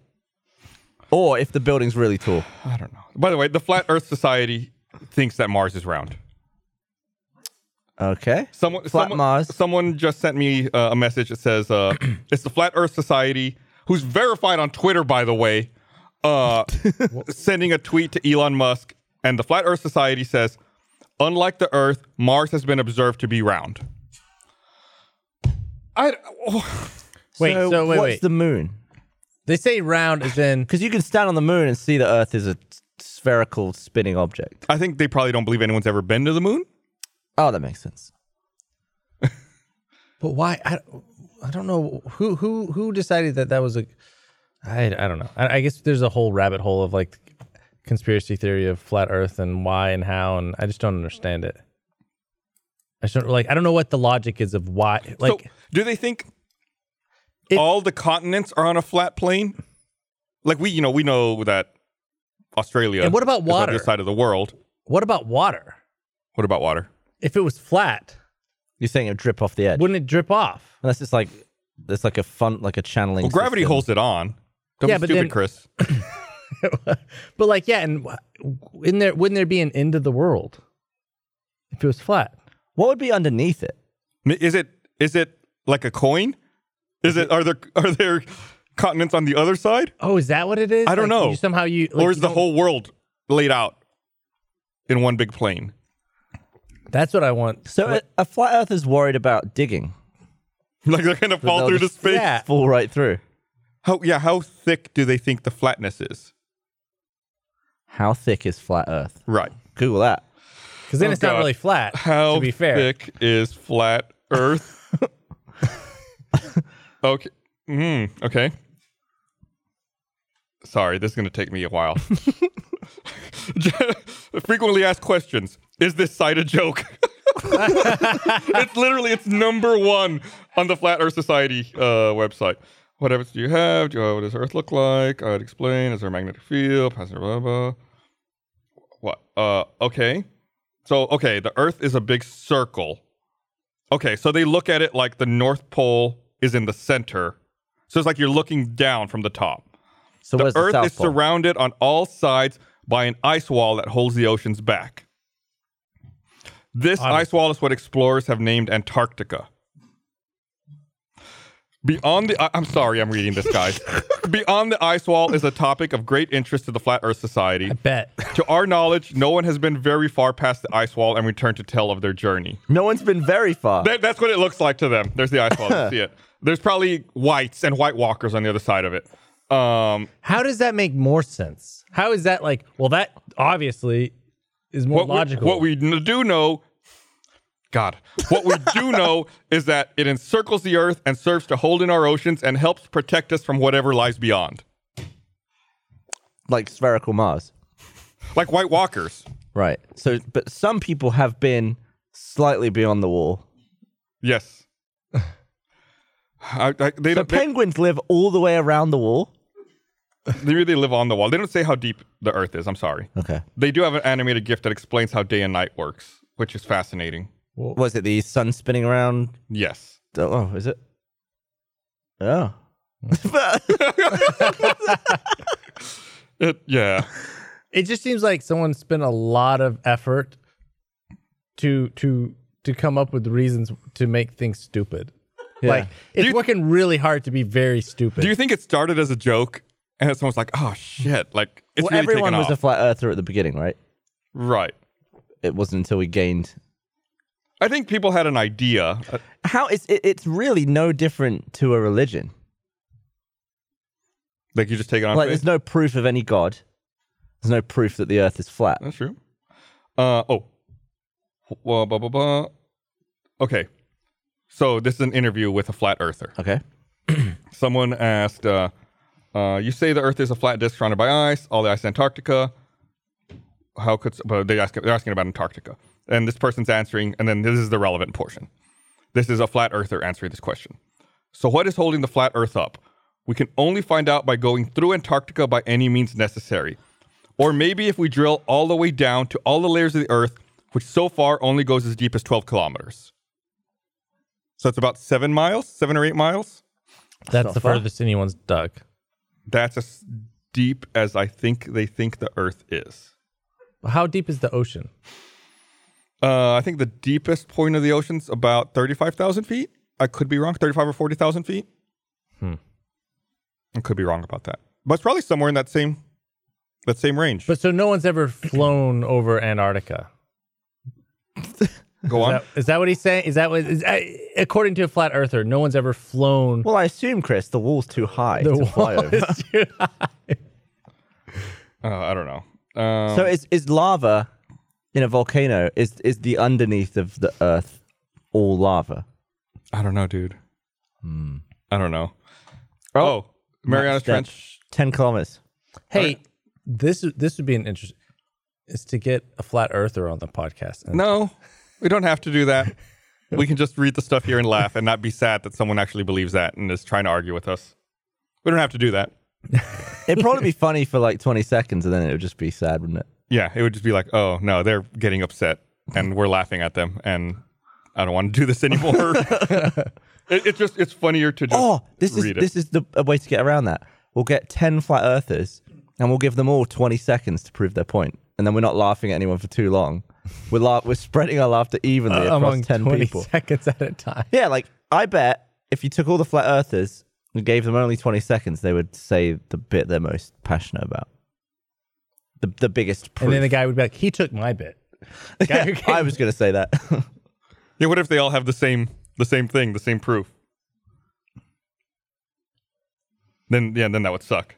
Or if the building's really tall. I don't know. By the way, the Flat Earth Society thinks that Mars is round. Okay. Someone, Flat someone, Mars. someone just sent me uh, a message that says uh, it's the Flat Earth Society, who's verified on Twitter, by the way, uh, sending a tweet to Elon Musk. And the Flat Earth Society says, unlike the Earth, Mars has been observed to be round. I, Wait, so, wait, what's wait. the moon? they say round as in Because you can stand on the moon and see the Earth is a spherical spinning object. I think they probably don't believe anyone's ever been to the moon. Oh, that makes sense. but why I, I don't know who who who decided that that was a I I don't know. I, I guess there's a whole rabbit hole of like conspiracy theory of flat earth and why and how and I just don't understand it. I just don't like I don't know what the logic is of why like so, do they think all the continents are on a flat plane? Like we, you know, we know that Australia And what about is water? on this side of the world. what about water? What about water? If it was flat, You're saying it would drip off the edge. wouldn't it drip off? Unless it's like, there's like a fun, like a channeling. Well, gravity system. holds it on. Don't Yeah, be but stupid, then- Chris. but like yeah, and wh- in there wouldn't there be an end of the world if it was flat? What would be underneath it? N- Is it is it like a coin? Is it are there are there continents on the other side, Oh, is that what it is? I don't Like, know. You somehow you like, or is you the don't- whole world laid out in one big plane? That's what I want. So a, a flat Earth is worried about digging. Like they're gonna fall they'll through to just- space? Yeah. Fall right through. How yeah? How thick do they think the flatness is? How thick is flat Earth? Right. Google that. Because then Oh, it's God. not really flat. How to be fair, thick is flat Earth? okay. Mm, okay. Sorry, this is going to take me a while. Frequently asked questions. Is this site a joke? it's literally it's number one on the Flat Earth Society uh, website. What evidence do you have? Do you, what does Earth look like? I'd explain. Is there a magnetic field? Passenger blah blah. What? Uh, okay. So okay, the Earth is a big circle. Okay, so they look at it like the North Pole is in the center. So it's like you're looking down from the top. So the where's Earth the South is Pole? surrounded on all sides by an ice wall that holds the oceans back. This ice wall is what explorers have named Antarctica. Beyond the, I- I'm sorry, I'm reading this, guys. Beyond the ice wall is a topic of great interest to the Flat Earth Society. bet. To our knowledge, no one has been very far past the ice wall and returned to tell of their journey. no one's been very far. That, that's what it looks like to them. There's the ice wall. you see it. There's probably whites and white walkers on the other side of it. Um, How does that make more sense? How is that like? Well, that obviously is more what we- logical. what We, n- do know, God, what we do know is that it encircles the earth and serves to hold in our oceans and helps protect us from whatever lies beyond. like spherical Mars. Like white walkers. Right. So, but some people have been slightly beyond the wall. Yes. I, I, they, The don't, they, penguins live all the way around the wall. they really live on the wall. They don't say how deep the earth is. I'm sorry. Okay. They do have an animated gift that explains how day and night works, which is fascinating. Was it the sun spinning around? Yes. Oh, is it? Oh. It, yeah. it just seems like someone spent a lot of effort to to to come up with reasons to make things stupid. Like it's you- working really hard to be very stupid. Do you think it started as a joke and someone's like, oh shit, like it's well, really everyone taken was off. a flat earther at the beginning, right? right. It wasn't until we gained. I think people had an idea. Uh, How is it? It's really no different to a religion. Like you just take it on Like, faith. there's no proof of any god. There's no proof that the earth is flat. That's true. Uh oh. Blah, blah, blah, blah. Okay. So this is an interview with a flat earther. Okay. Someone asked, uh, uh, "You say the Earth is a flat disk surrounded by ice. All the ice in Antarctica. How could?" s- But they ask, they're asking about Antarctica, and this person's answering, and then this is the relevant portion. This is a flat earther answering this question. So, what is holding the flat Earth up? We can only find out by going through Antarctica by any means necessary, or maybe if we drill all the way down to all the layers of the Earth, which so far only goes as deep as 12 kilometers. So it's about seven miles, seven or eight miles. That's not the far. furthest anyone's dug. That's as deep as I think they think the Earth is. How deep is the ocean? Uh, I think the deepest point of the ocean's about 35,000 feet. I could be wrong, 35 or 40,000 feet. Hmm. I could be wrong about that. But it's probably somewhere in that same that same range. But so no one's ever flown over Antarctica. Go on. That- Is that what he's saying? Is that what? Is, uh, according to a flat earther, no one's ever flown. Well, I assume, Chris, the wall's too high the to fly wall over. is too high. Uh, I don't know. Um, So is is lava in a volcano? Is is the underneath of the Earth all lava? I don't know, dude. Hmm. I don't know. Oh, Mariana Max Dent, Trench. ten kilometers. Hey, this this would be an interesting is to get a flat earther on the podcast. And No, we don't have to do that. we can just read the stuff here and laugh and not be sad that someone actually believes that and is trying to argue with us. We don't have to do that. It'd probably be funny for like twenty seconds, and then it would just be sad, wouldn't it? Yeah, it would just be like, oh no, they're getting upset and we're laughing at them and I don't want to do this anymore. it, it's just it's funnier to just Oh, this is read it. this is the a way to get around that. We'll get ten flat Earthers, and we'll give them all twenty seconds to prove their point, and then we're not laughing at anyone for too long. We're la- we're spreading our laughter evenly across Uh, among ten 20 people. seconds at a time. Yeah, like I bet if you took all the flat earthers and gave them only 20 seconds, they would say the bit they're most passionate about. The, the biggest proof. And then the guy would be like, "He took my bit." The guy who came- I was going to say that. yeah, what if they all have the same the same thing, the same proof? Then yeah, then that would suck.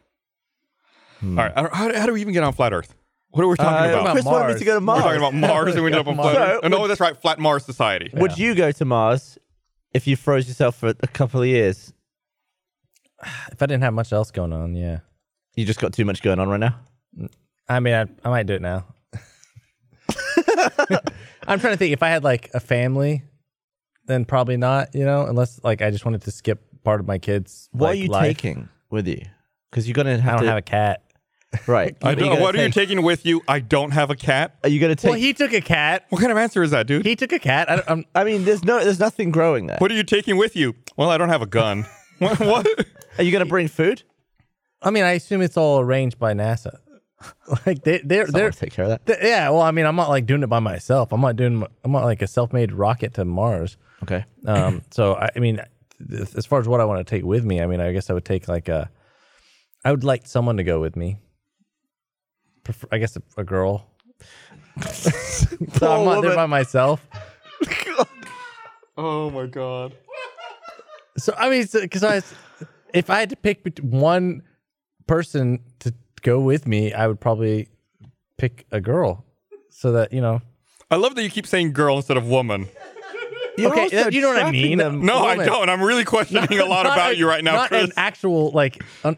All right, I don't- how, how do we even get on flat Earth? What are we talking Hmm. Uh, about? Chris wanted me to go to Mars. We're talking about Mars and we ended up on Mars. planet. So, and oh, that's right, Flat Mars Society. Would you go to Mars if you froze yourself for a couple of years? If I didn't have much else going on, yeah. You just got too much going on right now. I mean, I, I might do it now. I'm trying to think. If I had like a family, then probably not. You know, unless like I just wanted to skip part of my kids. What like, are you life. taking with you? Because you're gonna have I don't to have a cat. right. I But you don't, gotta what are you take- taking with you? I don't have a cat. Are you gonna take? Well, he took a cat. What kind of answer is that, dude? He took a cat. I don't, I'm, I mean, there's no, there's nothing growing there. what are you taking with you? Well, I don't have a gun. what? what? Are you gonna bring food? I mean, I assume it's all arranged by NASA. Like they, they're, Someone they're, take care of that. they- yeah. Well, I mean, I'm not like doing it by myself. I'm not doing. I'm not like a self-made rocket to Mars. Okay. Um, so I, I mean, th- as far as what I want to take with me, I mean, I guess I would take like a, I would like someone to go with me. Prefer, I guess a, a girl. so I'm not there by myself. Oh my god. So I mean, because I, was- if I had to pick bet- one person to go with me, I would probably pick a girl, so that you know. I love that you keep saying girl instead of woman. You're okay, also that- you know what I trapping mean. them. No, I Woman. don't. I'm really questioning a lot Not about a- you right now, Not Chris. an actual like. An,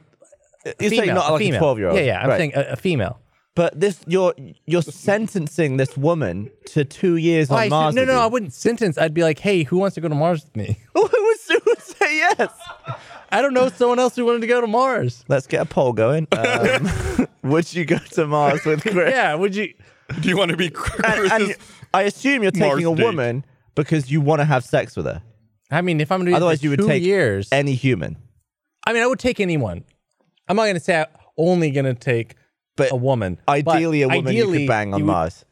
You're saying female, not like a female. twelve year old. Yeah, yeah. I'm saying a, a female. But this, you're you're sentencing this woman to two years on Why should- Mars. no, with no, you. I wouldn't sentence. I'd be like, hey, who wants to go to Mars with me? who would, who would say yes? I don't know someone else who wanted to go to Mars. Let's get a poll going. Um, would you go to Mars with Chris? Yeah, would you? Do you want to be And, Chris's? and I assume you're taking Mars a date. woman because you want to have sex with her. I mean, if I'm doing Otherwise, you would two take years. any human. I mean, I would take anyone. I'm not gonna say I'm only gonna take But a woman. but Uh, Ideally, a woman you ideally, could bang on you would- Mars.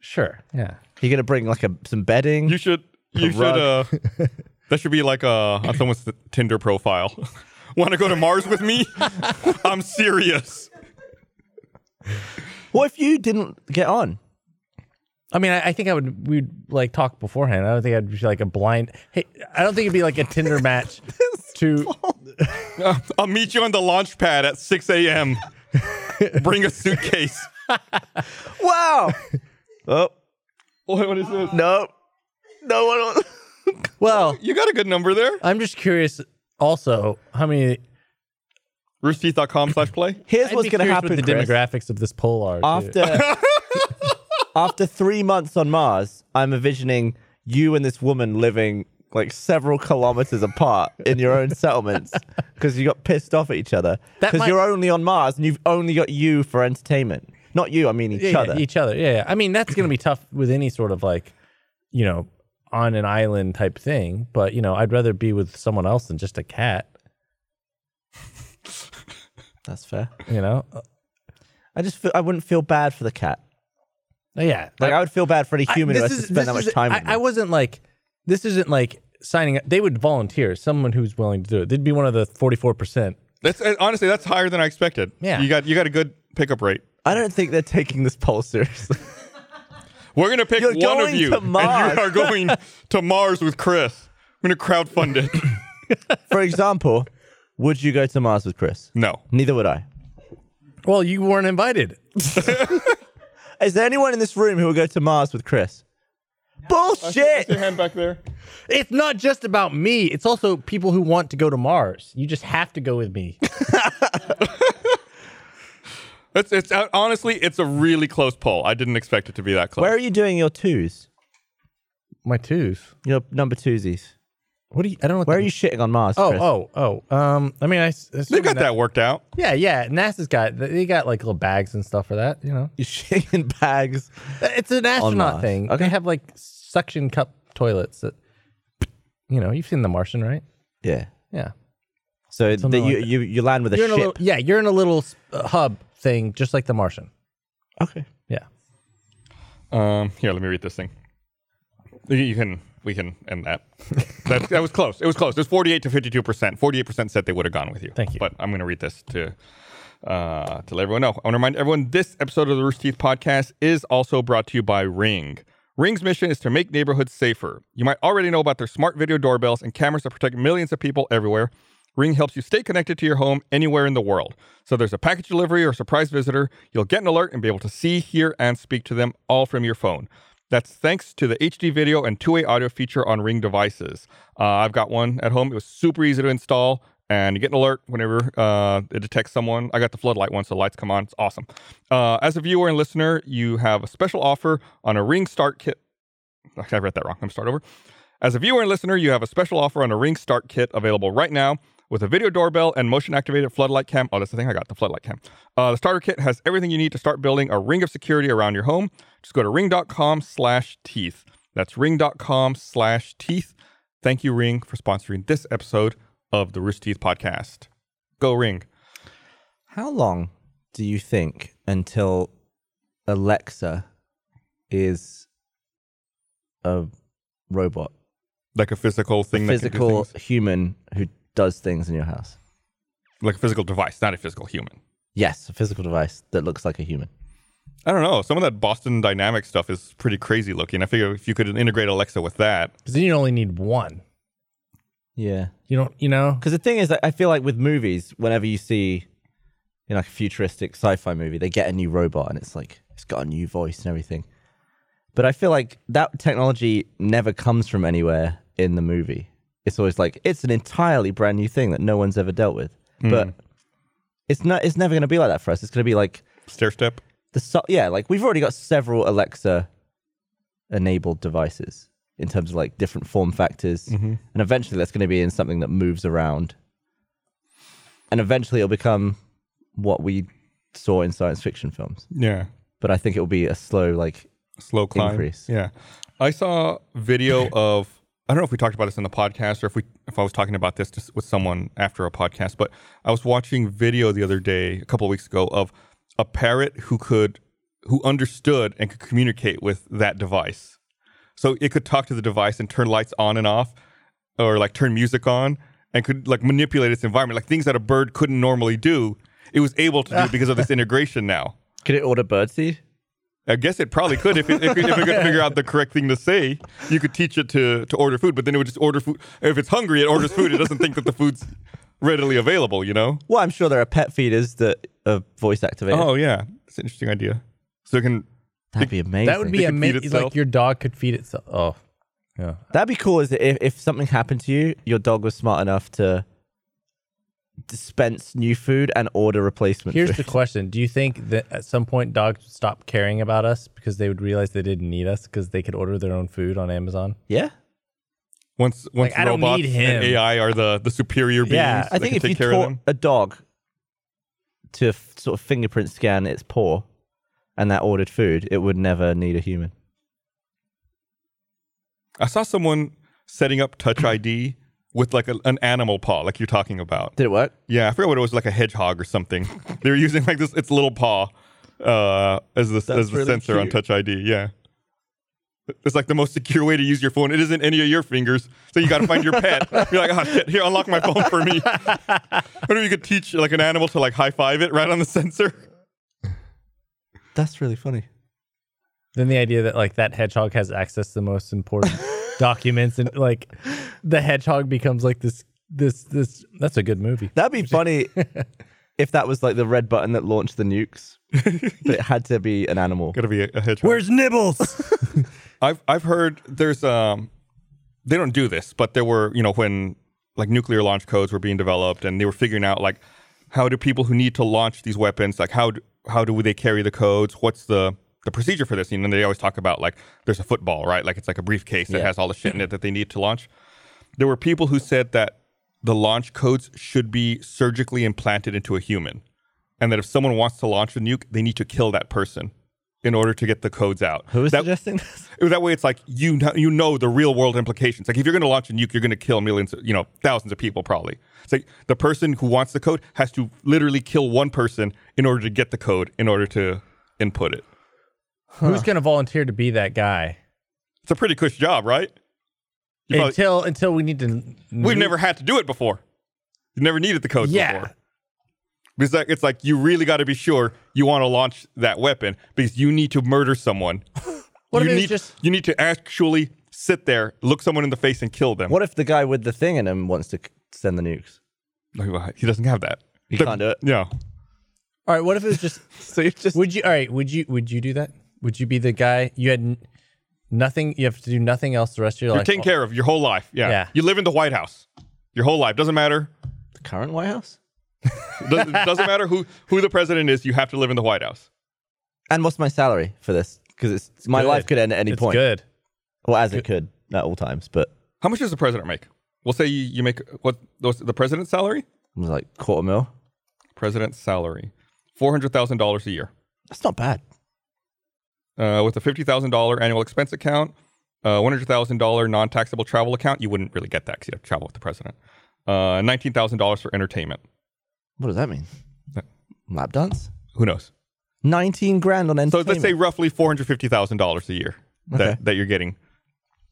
Sure. Yeah. You're gonna bring like a some bedding. you should. You should. Uh, rug. that should be like uh, on someone's Tinder profile. want to go to Mars with me? I'm serious. what if you didn't get on? I mean, I, I think I would. We'd like talk beforehand. I don't think I'd be like a blind. Hey, I don't think it'd be like a Tinder match. to Uh, I'll meet you on the launch pad at 6 a.m. Bring a suitcase. Wow. oh What- what is this? no, no one. well, You got a good number there. I'm just curious. Also, how many Roosterteeth.com slash play. Here's I'd what's be gonna curious happen. What the Chris. demographics of this poll are. too. after after three months on Mars, I'm envisioning you and this woman living like several kilometers apart in your own settlements because you got pissed off at each other That because might- you're only on Mars and you've only got you for entertainment. Not you, I mean each yeah, yeah, other. each other. Yeah, yeah. I mean, that's going to be tough with any sort of like, you know, on an island type thing. But you know, I'd rather be with someone else than just a cat. That's fair. You know, Uh, I just feel, I wouldn't feel bad for the cat. yeah. Like I would feel bad for any I- human who this has to is- spend this that much is- time. I, with I me. wasn't like, this isn't like signing up. They would volunteer someone who's willing to do it. They'd be one of the forty-four percent. That's uh, honestly that's higher than I expected. Yeah. You got you got a good pickup rate. I don't think they're taking this poll seriously. We're gonna pick You're one of going you, to and Mars. you are going to Mars with Chris. We're gonna crowdfund it. for example, would you go to Mars with Chris? No, Neither would I. Well, you weren't invited. Is there anyone in this room who will go to Mars with Chris? Bullshit! hand back there. It's not just about me. It's also people who want to go to Mars. You just have to go with me. It's it's uh, honestly it's a really close poll. I didn't expect it to be that close. Where are you doing your twos? My tooth. Your number twosies. What do you? I don't know. What Where are the- you shitting on Mars? Chris? Oh, oh, oh. Um, I mean, I s- They've assume got Na- that worked out. Yeah, yeah. NASA's got they got like little bags and stuff for that. You know, You're shitting in bags. it's an astronaut Mars. thing. They have like suction cup toilets that, you know, you've seen The Martian, right? Yeah. Yeah. So Something the- you, like you you land with a You're in ship. a little, yeah, you're in a little s- uh, hub thing, just like The Martian. Okay. Yeah. Um, here, let me read this thing. You- You can we can end that. that. That was close. It was close. It was forty-eight to fifty-two percent. Forty-eight percent said they would have gone with you. Thank you. But I'm going to read this to uh, to let everyone know. I want to remind everyone this episode of the Rooster Teeth podcast is also brought to you by Ring. Ring's mission is to make neighborhoods safer. You might already know about their smart video doorbells and cameras that protect millions of people everywhere. Ring helps you stay connected to your home anywhere in the world. So there's a package delivery or surprise visitor, you'll get an alert and be able to see, hear, and speak to them all from your phone. That's thanks to the HD video and two-way audio feature on Ring devices. Uh, I've got one at home. It was super easy to install, and you get an alert whenever uh, it detects someone. I got the floodlight one, so the lights come on. It's awesome. Uh, as a viewer and listener, you have a special offer on a Ring Start Kit Actually, I read that wrong. Let me start over. As a viewer and listener, you have a special offer on a Ring Start Kit available right now with a video doorbell and motion activated floodlight cam. Oh, that's the thing I got the floodlight cam. Uh, the starter kit has everything you need to start building a ring of security around your home. Just go to ring.com slash teeth. That's ring.com slash teeth. Thank you, Ring, for sponsoring this episode of the Rooster Teeth podcast. Go, Ring. How long do you think until Alexa is a robot, Like a physical thing that can do physical things. human who does things in your house? Like a physical device, not a physical human. Yes, a physical device that looks like a human. I don't know. Some of that Boston Dynamic stuff is pretty crazy looking. I figure if you could integrate Alexa with that, Because then you only need one. Yeah. You don't, you know? Because the thing is, like, I feel like with movies, whenever you see, you know, like a futuristic sci-fi movie, they get a new robot and it's like it's got a new voice and everything. But I feel like that technology never comes from anywhere in the movie. It's always like it's an entirely brand new thing that no one's ever dealt with. But it's not. It's never going to be like that for us. It's going to be like stair step. the so- yeah, like we've already got several Alexa enabled devices in terms of like different form factors, Mm-hmm. and eventually that's going to be in something that moves around, and eventually it'll become what we saw in science fiction films. Yeah. But I think it will be a slow like slow climb. Increase. Yeah, I saw video of I don't know if we talked about this in the podcast or if we if I was talking about this just with someone after a podcast, but I was watching video the other day a couple of weeks ago of a parrot who could who understood and could communicate with that device. So it could talk to the device and turn lights on and off or like turn music on and could like manipulate its environment like things that a bird couldn't normally do. It was able to do because of this integration now. could it order birdseed? I guess it probably could if it, if, it, if it could figure out the correct thing to say. You could teach it to to order food, but then it would just order food. If it's hungry, it orders food. It doesn't think that the food's readily available. You know? Well, I'm sure there are pet feeders that are voice activated. Oh yeah, it's an interesting idea. So it can. That'd be amazing. That would be It could feed amazing. itself. Like your dog could feed itself. Oh, yeah. That'd be cool. Is that if if something happened to you, your dog was smart enough to dispense new food and order replacement. Here's food. the question: Do you think that at some point dogs would stop caring about us because they would realize they didn't need us because they could order their own food on Amazon? Yeah. Once once Like, I don't robots need and him. AI are the the superior beings, Yeah, that I think can if take you care of taught them. a dog to f- sort of fingerprint scan its paw and that ordered food, it would never need a human. I saw someone setting up Touch ID with like a, an animal paw, like you're talking about. Did it work? Yeah, I forget what it was like a hedgehog or something. they were using like this its little paw uh, as the as the really sensor on cute. Touch ID. Yeah, it's like the most secure way to use your phone. It isn't any of your fingers, so you got to find your pet. You're like, oh shit, here, unlock my phone for me. I wonder if you could teach like an animal to like high five it right on the sensor. That's really funny. Then the idea that like that hedgehog has access to the most important documents and like the hedgehog becomes like this this this. That's a good movie. That'd be funny if that was like the red button that launched the nukes, but it had to be an animal. Gotta be a, a hedgehog. Where's Nibbles? I've I've heard there's um they don't do this, but there were, you know, when like nuclear launch codes were being developed and they were figuring out like how do people who need to launch these weapons, like how do, how do they carry the codes? What's the the procedure for this? You know, they always talk about like there's a football, right? Like it's like a briefcase that has all the shit in it that they need to launch. There were people who said that the launch codes should be surgically implanted into a human. And that if someone wants to launch a nuke, they need to kill that person in order to get the codes out. Who was that, suggesting this? that way, it's like you know, you know the real world implications. Like if you're going to launch a nuke, you're going to kill millions, you know, thousands of people probably. It's like the person who wants the code has to literally kill one person in order to get the code, in order to input it. Who's gonna volunteer to be that guy? It's a pretty cush job, right? Mm-hmm. You probably- until until we need to. we've never had to do it before. You never needed the codes Yeah. before. Because like, it's like you really got to be sure you want to launch that weapon because you need to murder someone. What you if it was need just- you need to actually sit there, look someone in the face, and kill them. What if the guy with the thing in him wants to c- send the nukes? Like, He doesn't have that. You The- can't do it. Yeah. All right, what if it was just So you just would you all right, would you would you do that? Would you be the guy you had n- nothing you have to do nothing else the rest of your You're life? taken care of your whole life. Yeah. Yeah. You live in the White House. Your whole life. Doesn't matter. the current White House? It doesn't, it doesn't matter who, who the president is. You have to live in the White House. And what's my salary for this? Because it's my Good. life could end at any It's point. good. Well, as it could at all times, but How much does the president make? We'll say you, you make what what's the president's salary? it was like quarter mil. President's salary, four hundred thousand dollars a year, That's not bad. uh, with a fifty thousand dollar annual expense account, uh, one hundred thousand dollar non taxable travel account. You wouldn't really get that because you have to travel with the president. Uh, Nineteen thousand dollars for entertainment. What does that mean? Lap dance? Who knows? 19 grand on So entertainment. let's say roughly four hundred fifty thousand dollars a year that, Okay. that you're getting,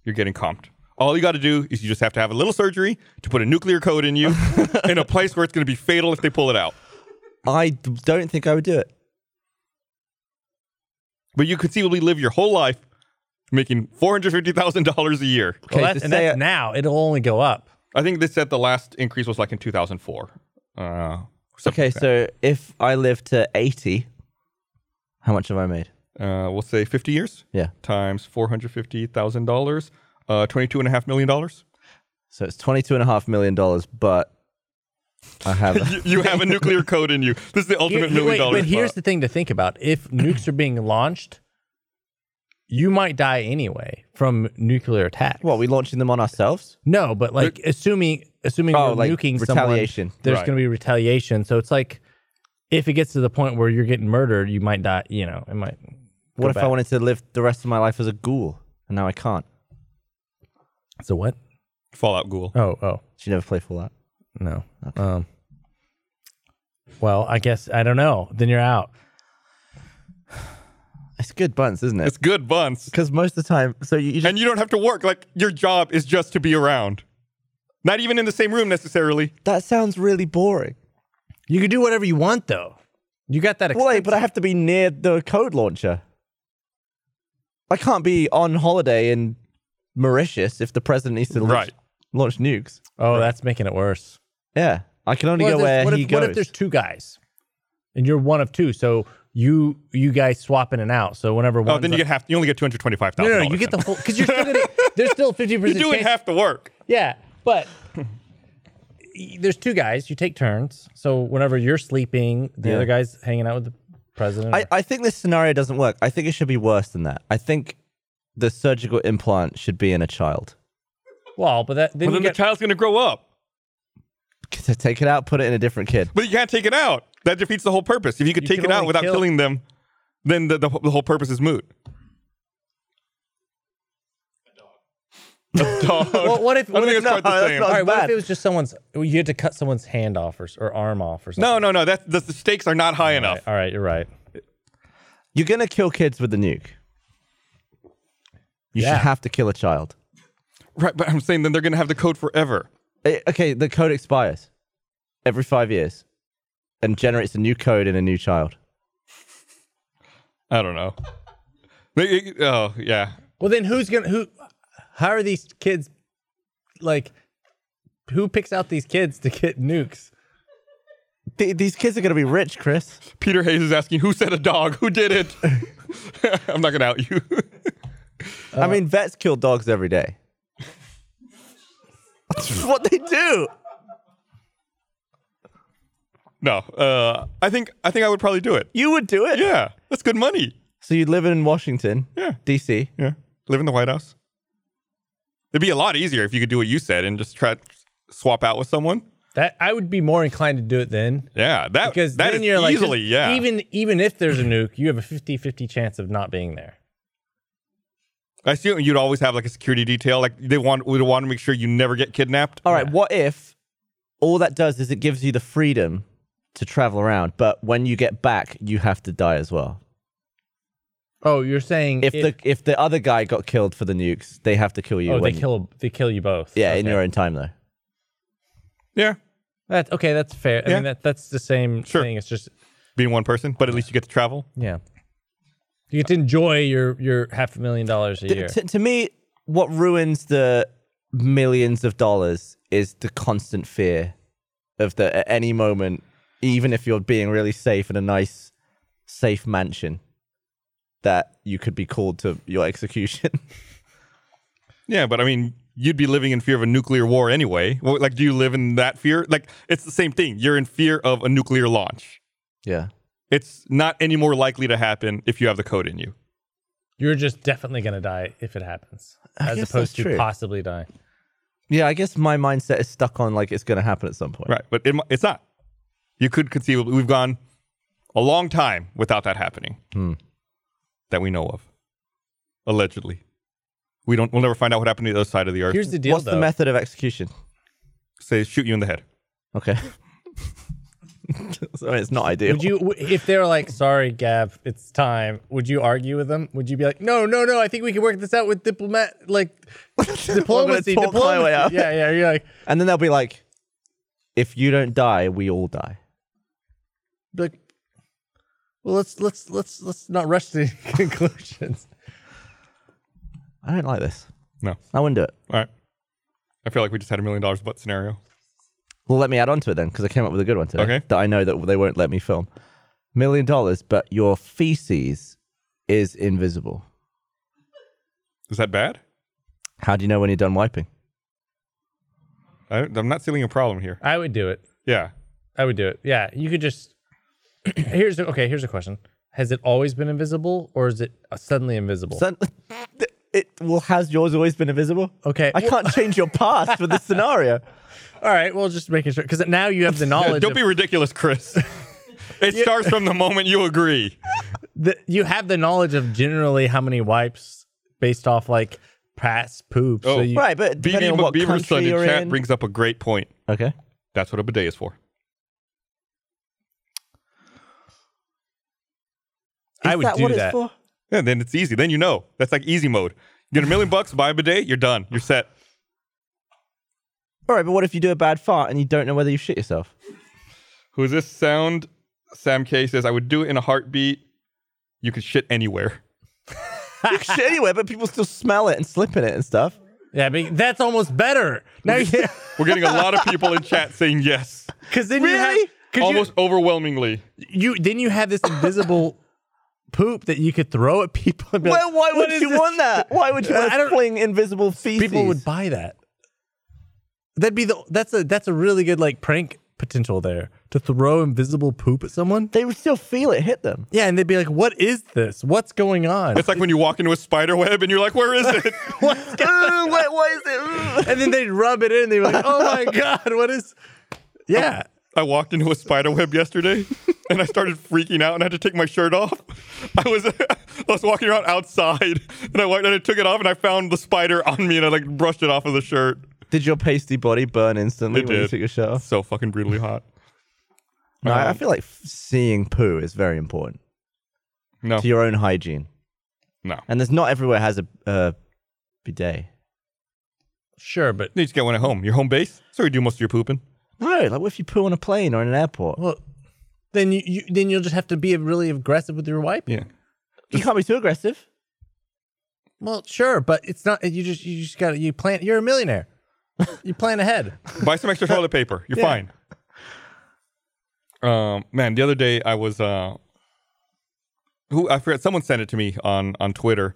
you're getting comped. All you got to do is you just have to have a little surgery to put a nuclear code in you in a place where it's going to be fatal if they pull it out. I d- don't think I would do it. But you conceivably live your whole life making four hundred fifty thousand dollars a year. Okay, Well, that's, to and say that's it- now. It'll only go up. I think they said the last increase was like in two thousand four. Uh, something Okay, like so if I live to 80, how much have I made? that. uh, we'll say fifty years Yeah. times four hundred fifty thousand dollars, uh, twenty two and a half million dollars. So it's $22.5 million, but I have. You, you have a nuclear code in you. This is the Here- ultimate here- million wait, dollar. uh, but here's spot. the thing to think about: if nukes are being launched, you might die anyway from nuclear attack. what, we launching them on ourselves? no, but like assuming assuming Oh, we're like nuking retaliation. someone, there's Right. going to be retaliation. So it's like if it gets to the point where you're getting murdered, you might die. You know, it might. What go if I back. wanted to live the rest of my life as a ghoul and now I can't? So what? Fallout Ghoul. Oh, oh, She never play Fallout. no. Um. Well, I guess I don't know. Then you're out. It's good buns, isn't It's it? good buns, Because most of the time, so you, you just and you don't have to work. Like your job is just to be around, not even in the same room necessarily. that sounds really boring. You can do whatever you want, though. You got that. Well, wait, but I have to be near the code launcher. I can't be on holiday in Mauritius if the president needs to launch, Right. launch nukes. oh, that's making it worse. Yeah, I can only What if go where there's- what he if, goes. What if there's two guys, and you're one of two? So you you guys swap in and out. So whenever one, Oh, then you get half. You only get two hundred twenty-five no, thousand. no, no, you get the whole because you're still gonna, there's still fifty You're percent. doing half the work. Yeah, but y- there's two guys. You take turns. So whenever you're sleeping, the Yeah. other guy's hanging out with the president. I, I think this scenario doesn't work. I think it should be worse than that. I think the surgical implant should be in a child. well, but that then Well, you then get the child's going to grow up. To take it out, put it in a different kid. But you can't take it out. That defeats the whole purpose. If you could You take can it out only without kill- killing them, then the, the, the whole purpose is moot. A dog. Well, what if- I what think if- it's no, quite the that's same. not- all right. What bad. if it was just someone's? You had to cut someone's hand off or, s- or arm off or something. No, no, no. That's, that's the stakes are not high enough. All right, you're right. You're gonna kill kids with the nuke. You Yeah. should have to kill a child. Right, but I'm saying then they're going to have the code forever. Eh, okay, the code expires every five years, and generates a new code in a new child. I don't know. They- oh yeah. Well, then who's gonna who? How are these kids like? Who picks out these kids to get nukes? Th- these kids are going to be rich, Chris. Peter Hayes is asking who said a dog? Who did it? I'm not going to out you. I mean, vets kill dogs every day. That's what they do. no. Uh, I think I think I would probably do it. You would do it. Yeah. That's good money. So you live in Washington, Yeah. D.C. Yeah. Live in the White House. It'd be a lot easier if you could do what you said and just try to swap out with someone. That I would be more inclined to do it then. Yeah. That Because that then is you're like easily, just- yeah. Even even if there's a nuke, you have a 50-50 chance of not being there. I assume you'd always have like a security detail. Like they want would want to make sure you never get kidnapped. Oh. All right. What if all that does is it gives you the freedom to travel around, but when you get back, you have to die as well. Oh, you're saying If the if the other guy got killed for the nukes, they have to kill you. oh they when- kill they kill you both. Yeah, okay. in your own time though. Yeah. That's okay. That's fair. I Yeah. mean that that's the same Sure. thing. It's just Being one person, but at least you get to travel. yeah. You get to enjoy your your half a million dollars a Th- year. To, to me, what ruins the millions of dollars is the constant fear of that at any moment, even if you're being really safe in a nice, safe mansion, that you could be called to your execution. Yeah, but I mean, you'd be living in fear of a nuclear war anyway. Well, like, do you live in that fear? Like, it's the same thing. You're in fear of a nuclear launch. yeah. It's not any more likely to happen if you have the code in you. You're just definitely gonna die if it happens, I as guess that's opposed to true. possibly die. Yeah, I guess my mindset is stuck on like it's going to happen at some point. Right. But it, mi- it's not. You could conceivably, we've gone a long time without that happening that we know of, allegedly. We don't, we'll never find out what happened to the other side of the earth. Here's the deal, What's though. the method of execution? Say, shoot you in the head. Okay. Sorry, it's not ideal. Would you, w- if they're like, "Sorry, Gav, it's time," would you argue with them? Would you be like, "No, no, no, I think we can work this out with diplomat, like diplomacy, talk my way diplomacy." out. Yeah, yeah. You're like, And then they'll be like, if you don't die, we all die. be like, well, let's let's let's let's not rush to conclusions. I don't like this. No. I wouldn't do it. All right. I feel like we just had a million dollars butt scenario. Well, let me add on to it then, because I came up with a good one today Okay. that I know that they won't let me film. Million dollars, but your feces is invisible. Is that bad? How do you know when you're done wiping? I, I'm not seeing a problem here. I would do it. Yeah. I would do it. Yeah, you could just. here's a, okay. Here's a question: Has it always been invisible, or is it uh, suddenly invisible? Son- It well, has yours always been invisible? Okay, I well- can't change your past with this scenario. All right. Well, just making sure because now you have the Yeah, knowledge. don't of- be ridiculous, Chris. It starts from the moment you agree. the, you have the knowledge of generally how many wipes based off like past poop. Oh. so you, Right, but BB depending on what Beaver country Son in you're chat in. brings up a great point. okay. That's what a bidet is for. I Is would that do what that. it's for? Yeah, then it's easy. Then you know. That's like easy mode. You get a million bucks, buy a bidet, you're done. You're set. All right, but what if you do a bad fart and you don't know whether you shit yourself? Who is this sound? Sam K says, I would do it in a heartbeat. You could shit anywhere. You can shit anywhere, but people still smell it and slip in it and stuff. Yeah, but that's almost better. Now, We're getting a lot of people in chat saying yes. because then you have Really? 'cause you- Almost overwhelmingly. you then you have this invisible poop that you could throw at people. And be like, Well, why "What would is you this?" Uh, want that? Why would you I want to don't- fling invisible feces? People would buy that. That'd be the that's a that's a really good like prank potential there to throw invisible poop at someone. They would still feel it hit them. Yeah, and they'd be like, "What is this? What's going on?" It's like when you walk into a spider web and you're like, where is it? Ooh, what, what is it? Ooh. and then they'd rub it in. They'd be like, "Oh my god, what is?" Yeah, I walked into a spider web yesterday and I started freaking out and I had to take my shirt off. I was I was walking around outside and I went and I took it off and I found the spider on me and I like brushed it off of the shirt. Did your pasty body burn instantly It when you did. took your shirt off? So fucking brutally hot. No, I I Um, feel like f- seeing poo is very important No. to your own hygiene. No. And there's not everywhere has a uh, bidet. sure, but You just get one at home. Your home base? That's where you do most of your pooping. No, like what if you poo on a plane or in an airport? well, then you, you then you'll just have to be really aggressive with your wipe. Yeah. You can't be too aggressive. Well, sure, but it's not. You just you just got to you plan. You're a millionaire. you plan ahead. Buy some extra toilet paper. You're fine. Um, man, the other day I was uh, who I forget. Someone sent it to me on on Twitter,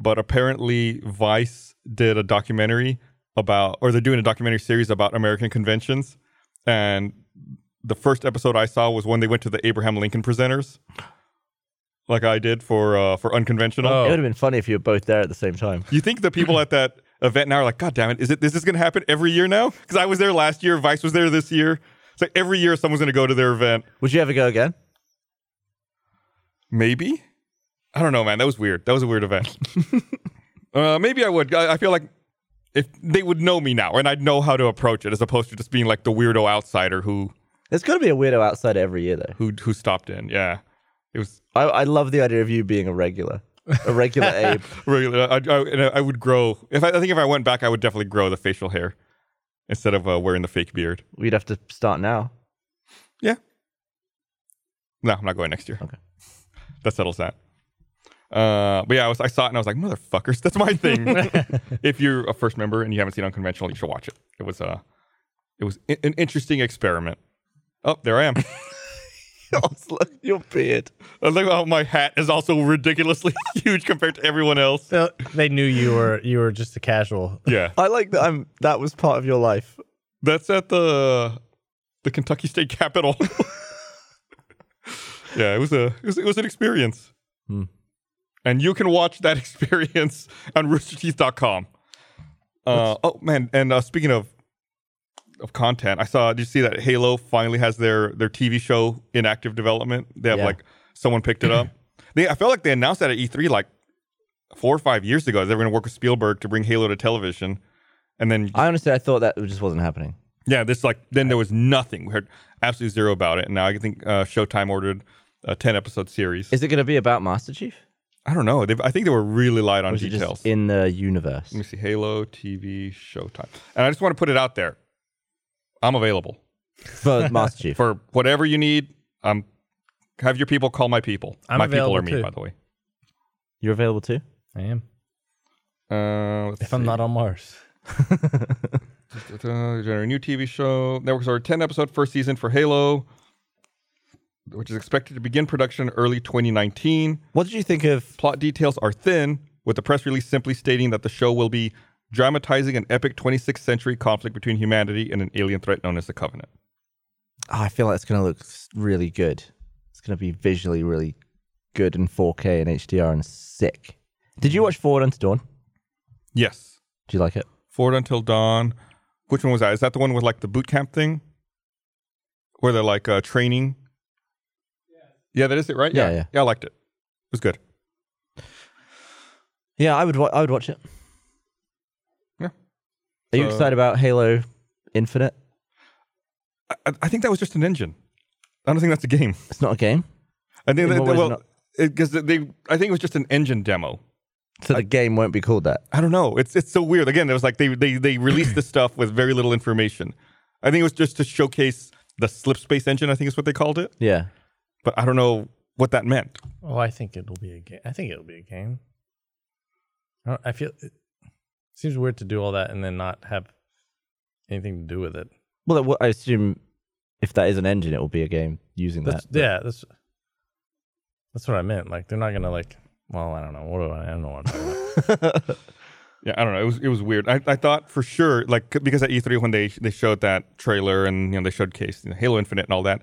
but apparently Vice did a documentary about, or they're doing a documentary series about American conventions, and the first episode I saw was when they went to the Abraham Lincoln presenters, like I did for uh, for Oh. unconventional. It would have been funny if you were both there at the same time. You think the people at that event now are like, God damn it, is it is this gonna happen every year now? Because I was there last year, Vice was there this year. It's like every year someone's gonna go to their event. Would you ever go again? Maybe? I don't know, man. That was weird. That was a weird event. uh, maybe I would. I, I feel like if they would know me now and I'd know how to approach it as opposed to just being like the weirdo outsider who There's got to be a weirdo outside every year, though. who who stopped in. Yeah. It was I, I love the idea of you being a regular, a regular Abe. really I, I, and I would grow if I, I think if I went back I would definitely grow the facial hair instead of uh, wearing the fake beard. We'd have to start now. Yeah. No, I'm not going next year. Okay. That settles that. Uh, but yeah, I was I saw it and I was like, motherfuckers, that's my thing. if you're a first member and you haven't seen Unconventional, you should watch it. It was uh, It was i- an interesting experiment. Oh, there I am. Look, your beard. I look how "Oh, my hat is also ridiculously huge compared to everyone else. So they knew you were you were just a casual. Yeah. I like that. I'm. That was part of your life. That's at the the Kentucky State Capitol. yeah, it was a it was, it was an experience, and you can watch that experience on RoosterTeeth.com. Uh, oh man! And uh, speaking of of content, I saw. Did you see that Halo finally has their their TV show in active development? They have Yeah. like someone picked it up. They I felt like they announced that at E3 like four or five years ago. They were going to work with Spielberg to bring Halo to television, and then I honestly, I thought that just wasn't happening. yeah, this like then there was nothing. We heard absolutely zero about it, and now I think uh, Showtime ordered a ten episode series. Is it going to be about Master Chief? I don't know. They've, I think they were really light Or on is it details. just in the universe? Let me see, Halo TV Showtime, and I just want to put it out there. I'm available For Master Chief. for whatever you need. Um, have your people call my people. I'm my people available are me, too. by the way. You're available too? I am. Uh, let's If I'm see. not on Mars. Uh, generate a new TV show. Networks are 10 episode first season for Halo, which is expected to begin production early 2019. What did you think of Plot details are thin, with the press release simply stating that the show will be dramatizing an epic 26th century conflict between humanity and an alien threat known as the Covenant. Oh, I feel like it's going to look s- really good. It's going to be visually really good in 4K and HDR and sick. Did you watch Forward Unto Dawn? Yes. Do you like it? Forward Until Dawn. Which one was that? Is that the one with like the boot camp thing? Where they're like uh, training? Yeah, that is it, right? Yeah, yeah. I liked it. It was good. Yeah, I would. Wa- I would watch it. Yeah. Are you So- excited about Halo Infinite? I- I, I think that was just an engine. I don't think that's a game. It's not a game, I think In that, what way is it well, not- because they, I think it was just an engine demo. so the game won't be called that. I don't know. It's it's so weird. Again, it was like they they they released this stuff with very little information. I think it was just to showcase the slip space engine. I think is what they called it. Yeah. But I don't know what that meant. Oh, I think it'll be a game. I think it'll be a game. I, don't, I feel it seems weird to do all that and then not have anything to do with it. Well, it, wa- I assume if that is an engine, it will be a game using That's, that. but- yeah, that's that's what I meant. Like they're not gonna like. Well, I don't know. What do I? I don't know what I'm talking about. Yeah, I don't know. It was it was weird. I, I thought for sure, like because at E3 when they they showed that trailer and you know they showed case you know, Halo Infinite and all that,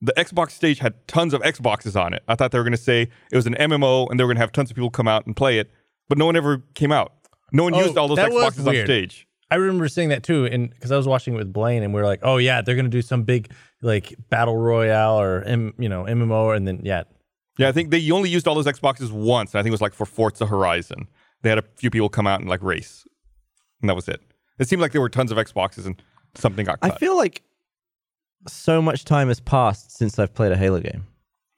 the Xbox stage had tons of Xboxes on it. I thought they were gonna say it was an MMO and they were gonna have tons of people come out and play it, but no one ever came out. No one Oh, used all those that was Xboxes on weird. stage. I remember seeing that too, and because I was watching it with Blaine, and we were like, "Oh yeah, they're gonna do some big like battle royale or M, you know MMO," and then yeah, Yeah, I think they only used all those Xboxes once. And I think it was like for Forza Horizon. They had a few people come out and like race, and that was it. It seemed like there were tons of Xboxes and something got I cut. feel like so much time has passed since I've played a Halo game.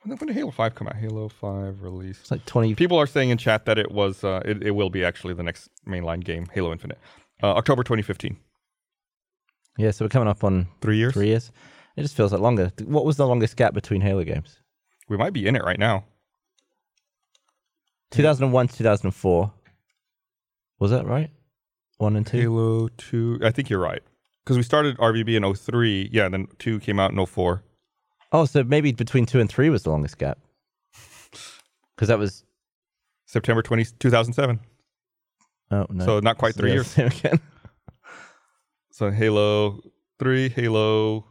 when did Halo Five come out? Halo Five release. It's like twenty. People are saying in chat that it was, uh, it, it will be actually the next mainline game, Halo Infinite, uh, October 2015. Yeah, so we're coming up on Three years. three years. It just feels like longer. Th- What was the longest gap between Halo games? We might be in it right now. 2001 2004. Was that right? One and two? Halo Two. I think you're right because we started RVB in 03. Yeah, and then two came out in 04. Oh, so maybe between two and three was the longest gap. Because that was. September 20, 2007. Oh, no. So not quite So three yeah, years. same Again. So Halo 3, Halo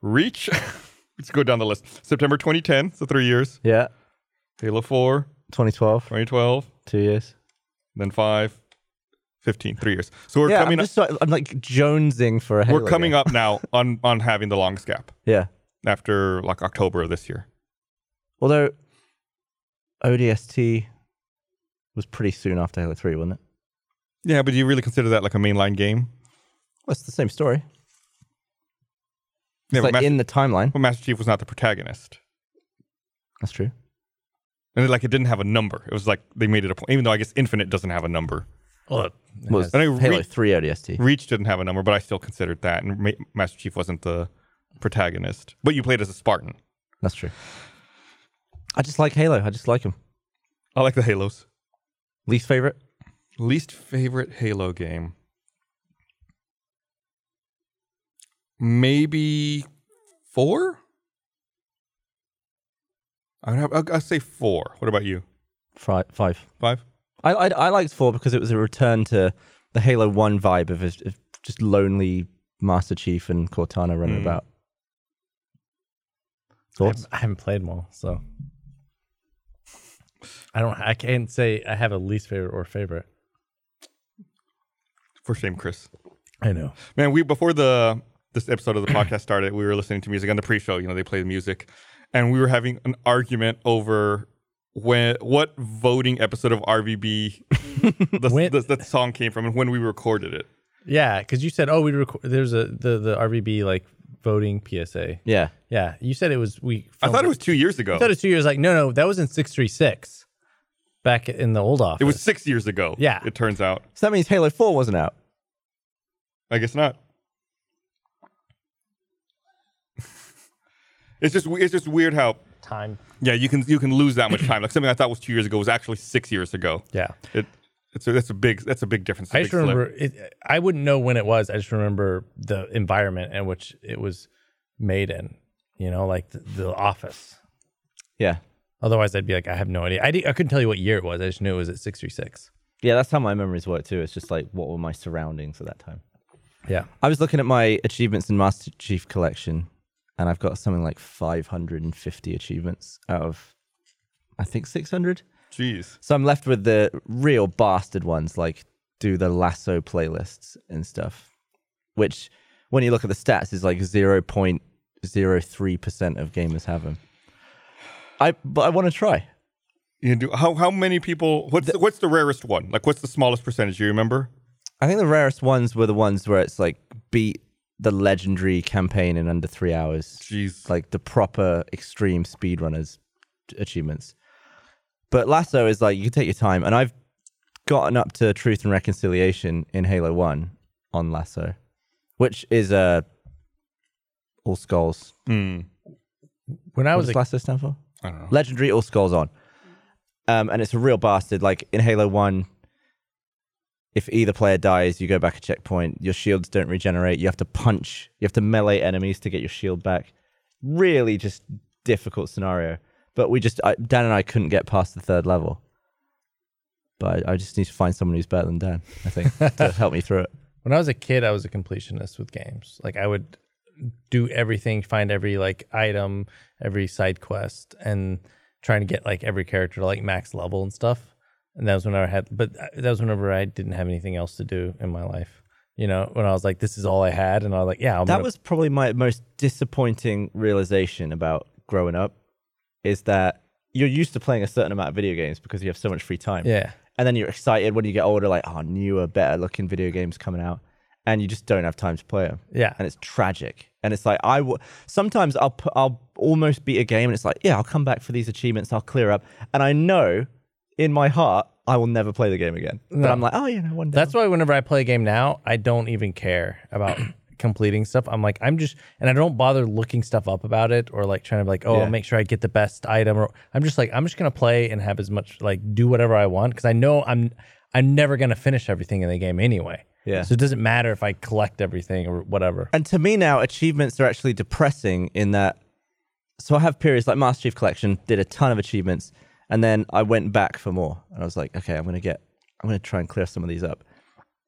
Reach. Let's go down the list. September 2010, so three years. Yeah. Halo 4, 2012, 2012, two years. then 5, 15, three years. So we're yeah, coming up. I'm, just, so- I'm like jonesing for a Halo. We're coming game. up now on on having the longest gap Yeah. after like October of this year. Although ODST was pretty soon after Halo 3, wasn't it? Yeah, but do you really consider that like a mainline game? Well, it's the same story. Yeah, It's but like Master, in the timeline. but Master Chief was not the protagonist, That's true. and it, like it didn't have a number. It was like they made it a point, even though I guess Infinite doesn't have a number. well, it Well, has- it's I know Halo Reach- 3 ODST. Reach didn't have a number, but I still considered that, and Ma- Master Chief wasn't the protagonist. But you played as a Spartan. That's true. I just like Halo. I just like him. I like the Halos. Least favorite? Least favorite Halo game. maybe four. I would have. I- I'd say four. What about you? Five. five. Five. I, I I liked four because it was a return to the Halo One vibe of, of just lonely Master Chief and Cortana running about. I Thoughts? haven't, I haven't played them all, so I don't. I can't say I have a least favorite or favorite. For shame, Chris. I know. Man, we before the this episode of the podcast started, we were listening to music on the pre-show. You know, they play the music, and we were having an argument over when what voting episode of RVB the, When- the, that song came from and when we recorded it. Yeah, because you said, oh, we record. There's a the the RVB like voting PSA. Yeah. Yeah, you said it was we. I filmed thought it was two years ago. I thought it was two years. Like, no, no, that was in six three six, back in the old office. It was six years ago. Yeah. it turns out. So that means Halo Four wasn't out. I guess not. it's just it's just weird how time. yeah you can you can lose that much time. Like something I thought was two years ago was actually six years ago. Yeah, It it's a, that's a big that's a big difference. a I big just flip. remember. It, I wouldn't know when it was. I just remember the environment in which it was made in. You know, like the, the office. Yeah. Otherwise, I'd be like, I have no idea. I, di- I couldn't tell you what year it was. I just knew it was at six three six. Yeah, that's how my memories work too. It's just like what were my surroundings at that time. Yeah. I was looking at my achievements in Master Chief Collection, and I've got something like 550 achievements out of, I think 600. Jeez. So I'm left with the real bastard ones, like do the lasso playlists and stuff, which when you look at the stats is like 0.03% of gamers have them. I but I want to try. You do how how many people? What's the, what's the rarest one? Like what's the smallest percentage? You remember? I think the rarest ones were the ones where it's like beat the legendary campaign in under three hours. Jeez. like the proper extreme speedrunners achievements. But Lasso is like you can take your time, and I've gotten up to Truth and Reconciliation in Halo One on Lasso, which is uh, all skulls. Mm. When I What was does a Lasso stand for? I don't know. Legendary all skulls on. Um, and it's a real bastard. Like in Halo One, if either player dies, you go back a checkpoint. Your shields don't regenerate. You have to punch. You have to melee enemies to get your shield back. Really, just difficult scenario. But we just I, Dan and I couldn't get past the third level. But I, I just need to find someone who's better than Dan. I think to help me through it. When I was a kid, I was a completionist with games. Like I would do everything, find every like item, every side quest, and trying to get like every character to like max level and stuff. And that was whenever I had, but uh, that was whenever I didn't have anything else to do in my life. You know, when I was like, this is all I had, and I was like, yeah, I'm that gonna- was probably my most disappointing realization about growing up is that you're used to playing a certain amount of video games because you have so much free time. yeah, And then you're excited when you get older, like, oh, newer, better looking video games coming out. And you just don't have time to play them. Yeah. And it's tragic. And it's like, I w- sometimes I'll, pu- I'll almost beat a game and it's like, yeah, I'll come back for these achievements, I'll clear up. And I know in my heart, I will never play the game again. But I'm like, oh, yeah, no, one day. That's why whenever I play a game now, I don't even care about completing stuff. I'm like, I'm just, and I don't bother looking stuff up about it or like trying to like, oh, Yeah. I'll make sure I get the best item. Or I'm just like, I'm just gonna play and have as much like do whatever I want because I know I'm I'm never gonna finish everything in the game anyway. Yeah. So it doesn't matter if I collect everything or whatever. And to me now, achievements are actually depressing in that. So I have periods like Master Chief Collection did a ton of achievements, and then I went back for more, and I was like, okay, I'm gonna get, I'm gonna try and clear some of these up.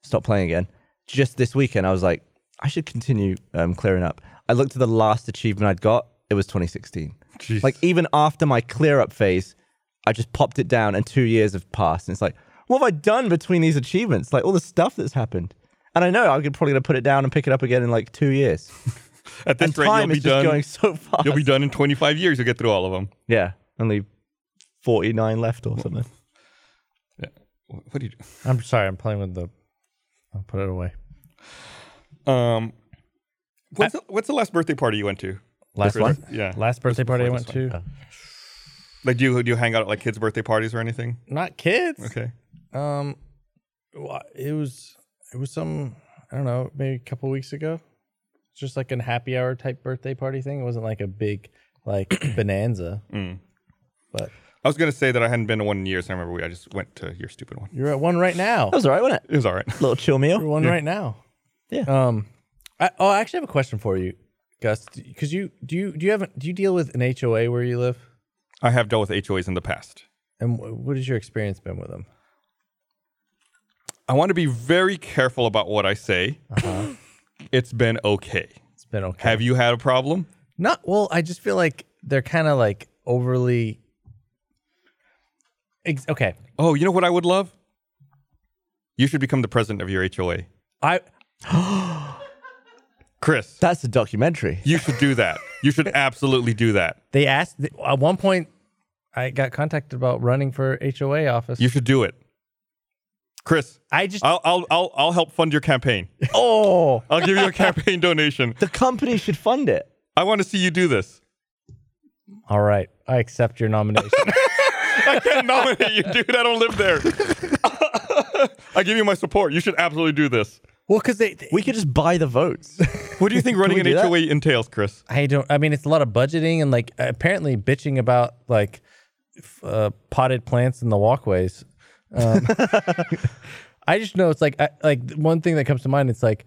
Stop playing again. Just this weekend, I was like, I should continue um, clearing up. I looked at the last achievement I'd got. It was 2016. Jeez. Like even after my clear up phase, I just popped it down, and two years have passed. And it's like, what have I done between these achievements? Like all the stuff that's happened. And I know I'm probably gonna put it down and pick it up again in like two years At this and rate, you'll time be is just done. going so fast. you'll be done in 25 years. You'll get through all of them. Yeah, only forty nine left or something. What do you do? I'm sorry, I'm playing with the. I'll put it away. Um, what's, the, what's the last birthday party you went to? Last one? one, Yeah. Last birthday party I went to. Like, do you do you hang out at like kids' birthday parties or anything? Not kids. Okay. Um, wha- it was it was some I don't know maybe a couple weeks ago. It's just like a happy hour type birthday party thing. It wasn't like a big like bonanza. Mm. But I was gonna say that I hadn't been to one in years. I remember we. I just went to your stupid one. you're at one right now. That was alright, wasn't it? It was all right. Little chill meal. You're one right now. Yeah. Um, I, oh, I actually have a question for you, Gus. Because you do you do you have do you deal with an HOA where you live, I have dealt with HOAs in the past. and wh- what has your experience been with them? I want to be very careful about what I say. Uh-huh. it's been okay. It's been okay. Have you had a problem? Not well. I just feel like they're kind of like overly. Ex- okay, Oh, you know what I would love? You should become the president of your HOA. I Chris, That's a documentary. you should do that. You should absolutely do that. they asked at one point. I got contacted about running for HOA office. You should do it. Chris, I just I'll I'll I'll, I'll help fund your campaign. Oh, I'll give you a campaign donation. the company should fund it. I want to see you do this. all right. I accept your nomination. I can't nominate you, dude. I don't live there. I give you my support. You should absolutely do this. well, because they, they- We could just buy the votes. What do you think running we an do that? HOA entails, Chris? I don't. I mean, it's a lot of budgeting and like apparently bitching about like f- uh, potted plants in the walkways. Um, I just know it's like I, like one thing that comes to mind. It's like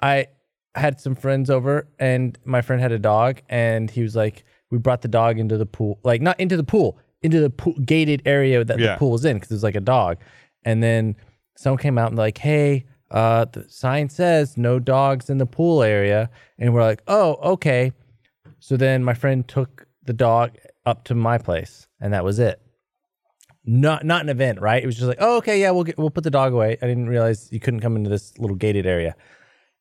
I had some friends over and my friend had a dog and he was like, we brought the dog into the pool, like not into the pool, into the pool, gated area that Yeah. the pool was in because it was like a dog. And then someone came out and like, hey, uh, the sign says no dogs in the pool area, and we're like, oh, okay. So then my friend took the dog up to my place, and that was it. Not not an event, right? It was just like, oh, okay, yeah, we'll get, we'll put the dog away. I didn't realize you couldn't come into this little gated area.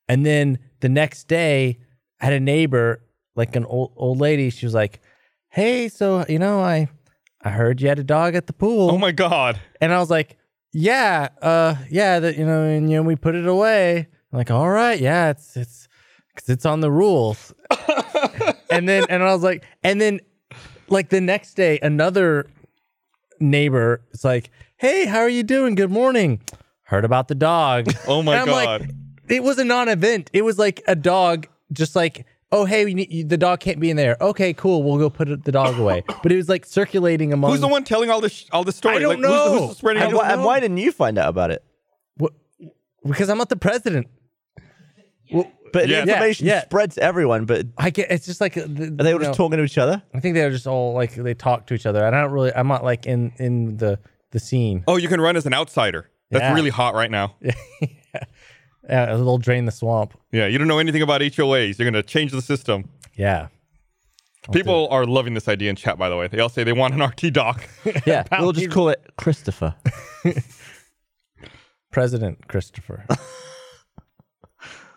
And then the next day, I had a neighbor, like an old old lady. She was like, "Hey, so you know, I I heard you had a dog at the pool." Oh my god. And I was like, yeah, uh, yeah, that you know, and you know, we put it away. I'm like, all right, yeah, it's it's because it's on the rules. and then and I was like, and then like the next day, another neighbor is like, hey, how are you doing? Good morning. Heard about the dog. Oh my And I'm like, God. it was a non-event. It was like a dog, just like, oh hey, we need, you, the dog can't be in there. Okay, cool, we'll go put the dog away. but it was like circulating among. Who's the one telling all this sh- all this story? I don't like, who's- Who's, know. spreading I it? and, don't why, and know. why didn't you find out about it? Because I'm not the president. But Yeah. the information Yeah, yeah. spreads to everyone, but are I get it's just like uh, the, they you all just know, talking to each other? I think they're just all like they talk to each other. And I don't really. I'm not like in in the the scene. Oh, you can run as an outsider. That's Yeah. really hot right now. Yeah. Yeah, Uh, they'll drain the swamp. you don't know anything about HOAs. You're gonna change the system. Yeah, People are loving this idea in chat, by the way. They all say they want an RT doc. Yeah, we'll just call it Christopher. President Christopher.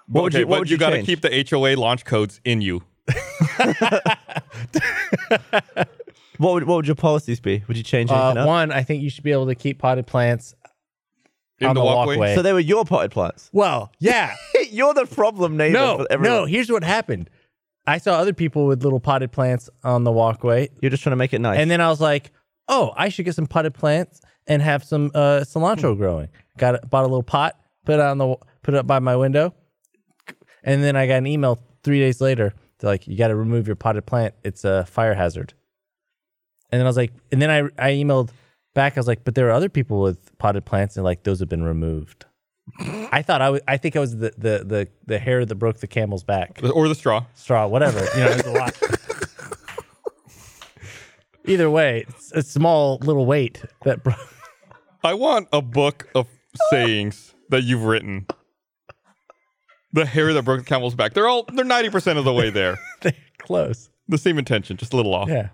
What would okay, you? What but would you, you, gotta change? keep the HOA launch codes in you. What would, what would your policies be? Would you change Uh, anything? else? one, I think you should be able to keep potted plants In on the, walkway. so they were your potted plants. well, yeah. You're the problem neighbor no, for everyone. no. Here's what happened. I saw other people with little potted plants on the walkway, You're just trying to make it nice. and then I was like, "Oh, I should get some potted plants and have some uh, cilantro growing." Got a, bought a little pot, put it on the put it up by my window, and then I got an email three days later. They're like, "You got to remove your potted plant; it's a fire hazard." And then I was like, and then I I emailed back. I was like, "But there are other people with potted plants, and like those have been removed." I thought I was. I think I was the the the the hair that broke the camel's back Or the straw. straw, whatever. You know, it's a lot. Either way, it's a small little weight that brought. I want a book of sayings that you've written. The hair that broke the camel's back. They're all they're ninety percent of the way there. They're close. The same intention, just a little off. Yeah.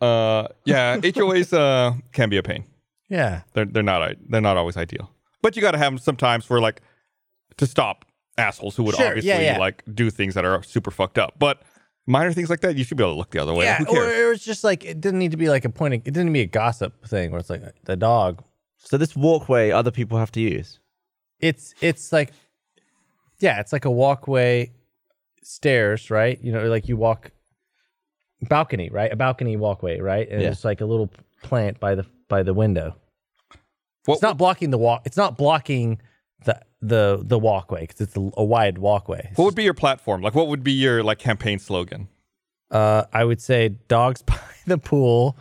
Uh, yeah, HOAs uh, can be a pain. Yeah. They're they're not i- they're not always ideal, but you got to have them sometimes for like to stop assholes who would Sure, obviously yeah, yeah. like do things that are super fucked up. But minor things like that, you should be able to look the other way. Yeah. Who Or cares? it was just like, it didn't need to be like a point. Of, it didn't be a gossip thing where it's like the dog. so this walkway, other people have to use. It's, it's like, yeah, it's like a walkway stairs, right? You know, like you walk balcony, right? A balcony walkway, right? And Yeah. it's like a little plant by the, by the window. What- It's not blocking the walk. It's not blocking the the the walkway because it's a, a wide walkway. what would be your platform? Like, what would be your like campaign slogan? Uh, I would say dogs by the pool.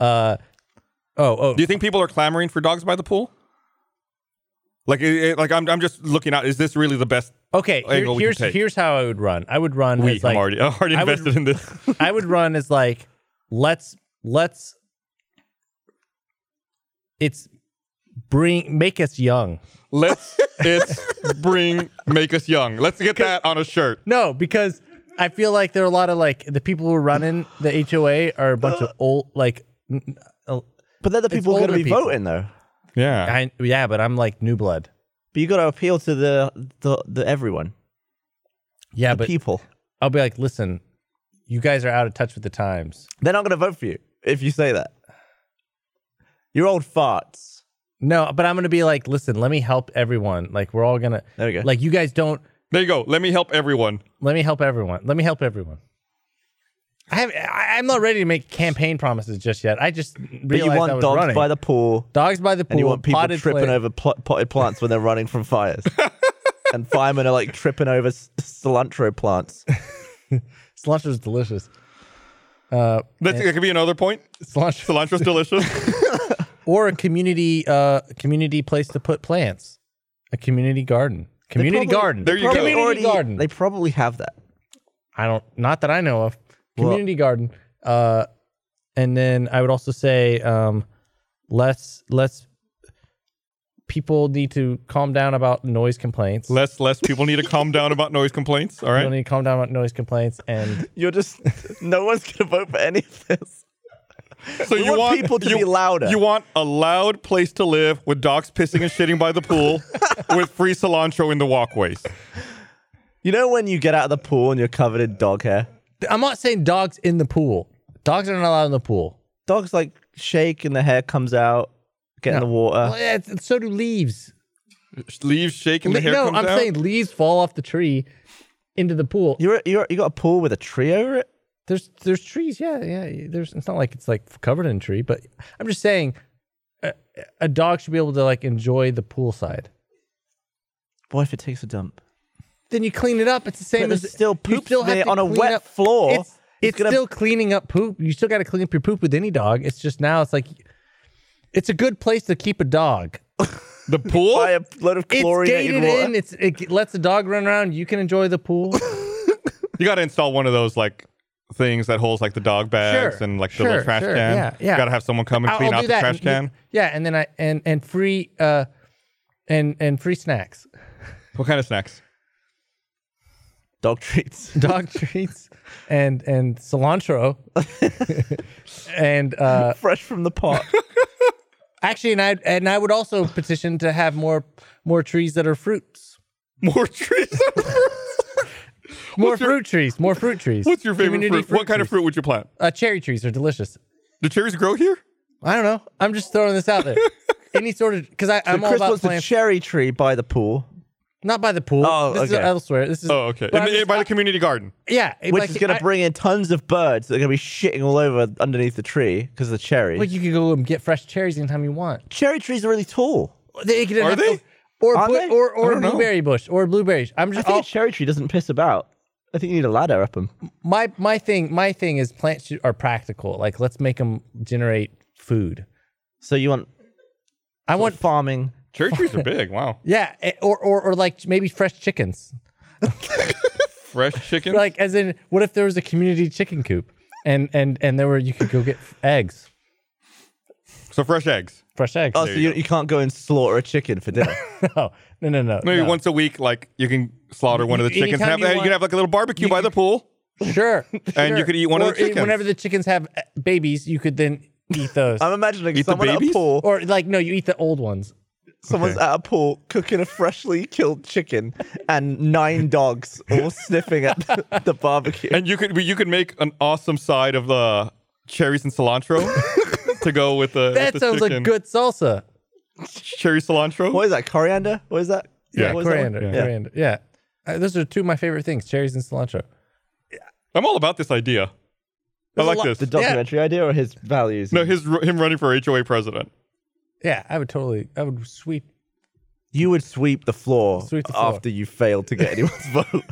Uh, oh, oh, Do you think people are clamoring for dogs by the pool? Like, it, it- like I'm, I'm just looking out. Is this really the best Okay, here- angle we can here's take. here's how I would run. I would run We, as like I'm already, I'm already I would- invested in this. I would run as like let's let's it's bring make us young. Let's it's bring make us young. Let's get that on a shirt. No, because I feel like there are a lot of like the people who are running the HOA are a bunch Uh. of old like n- n- But they're the It's people who are going to older be people. voting, though. Yeah. I, yeah, but I'm like new blood. But you got to appeal to the the, the everyone, Yeah, the but people. I'll be like, listen, you guys are out of touch with the times. They're not going to vote for you if you say that. You're old farts. No, but I'm gonna be like, listen, let me help everyone. Like we're all gonna There we go. like you guys don't There you go. Let me help everyone. let me help everyone. Let me help everyone. I have I, I'm not ready to make campaign promises just yet. I just But you realized I want was dogs running. by the pool, dogs by the pool and you want people potted tripping plant- over pl- potted plants when they're running from fires. and firemen are like tripping over s- cilantro plants. Cilantro is delicious. Uh, That's, that could be another point. cilantro Cilantro's delicious. or a community uh community place to put plants, a community garden, community probably- garden. There you go. community already, garden. They probably have that. I don't, not that I know of. Community garden. Uh, and then I would also say, um, less, less. People need to calm down about noise complaints. less less people need to calm down about noise complaints. All People right. need to calm down about noise complaints, and You're just no one's going to vote for any of this. So We want people to be louder. You want a loud place to live with dogs pissing and shitting by the pool, with free cilantro in the walkways. You know when you get out of the pool and you're covered in dog hair? I'm not saying dogs in the pool. Dogs are not allowed in the pool. Dogs like shake and the hair comes out, get in the Well, water. yeah, it's- so do leaves. Leaves shaking. The Le- hair no, comes I'm out. saying leaves fall off the tree into the pool. You're, you're, you got a pool with a tree over it? There's there's trees, yeah, yeah. There's it's not like it's like covered in tree, but I'm just saying, a, a dog should be able to like enjoy the poolside. Boy, if it takes a dump. Then you clean it up. It's the same But as there's still you poop there on a clean wet up- floor. It's, It's it's gonna- still cleaning up poop. You still got to clean up your poop with any dog. It's just now it's like, it's a good place to keep a dog. the pool. Buy a load of It's chlorinated gated water. in. It's it lets the dog run around. You can enjoy the pool. You got to install one of those like things that holds like the dog bags Sure, and like the sure, little trash sure, can. yeah, yeah. You got to have someone come and I'll- clean I'll out do the that. trash can. Yeah, and then I and and free uh, and and free snacks. What kind of snacks? Dog treats. dog treats and and cilantro and uh Fresh from the pot. actually and i and i would also petition to have more more trees that are fruits More trees. more What's your- fruit trees more fruit trees What's your favorite Community fruit? What kind of trees. fruit would you plant? uh, cherry trees are delicious Do cherries grow here? i don't know i'm just throwing this out there any sort of because i'm all Chris about wants a plants cherry tree by the pool, not by the pool Oh, this is okay. elsewhere this is Oh, okay. but In I'm the- just- by I- the community garden. yeah which like, is going I- to bring in tons of birds that are going to be shitting all over underneath the tree because of the cherries. like you can go and get fresh cherries anytime you want cherry trees are really tall. they can Are they? or Are bu- they? or or know. blueberry bush or blueberries i'm I just think all- a cherry tree doesn't piss about. I think you need a ladder up them. my my thing my thing is plants should, are practical. Like let's make them generate food. So you want I what want farming? Cherry trees are big. Wow. yeah, eh, or or or like maybe fresh chickens. Fresh chicken. Like as in, what if there was a community chicken coop, and and and there were you could go get f- eggs, so fresh eggs. fresh eggs. Oh, so you, you can't go and slaughter a chicken for dinner. no, no, no, no. Maybe no. once a week, like you can slaughter one of the Anytime chickens. and Have, you you, want- can have like a little barbecue by the pool. sure, And you sure. could eat one of Or the eh, chickens. Whenever the chickens have eh, babies, you could then eat those. I'm imagining Eat the someone at a babies? pool, or like no, you eat the old ones. someone's at a pool cooking a freshly killed chicken, and nine dogs all sniffing at the, the barbecue. And you could you could make an awesome side of the cherries and cilantro to go with the. with That the sounds chicken. like good salsa. cherry cilantro. What is that? Coriander? What is that? Yeah, what is that one? Coriander, coriander. Yeah, Uh, those are two of my favorite things: cherries and cilantro. I'm all about this idea. I like this. The documentary idea or his values? No, his him running for HOA president. Yeah, I would totally. I would sweep. you would sweep the floor Sweep the floor. after you failed to get anyone's vote.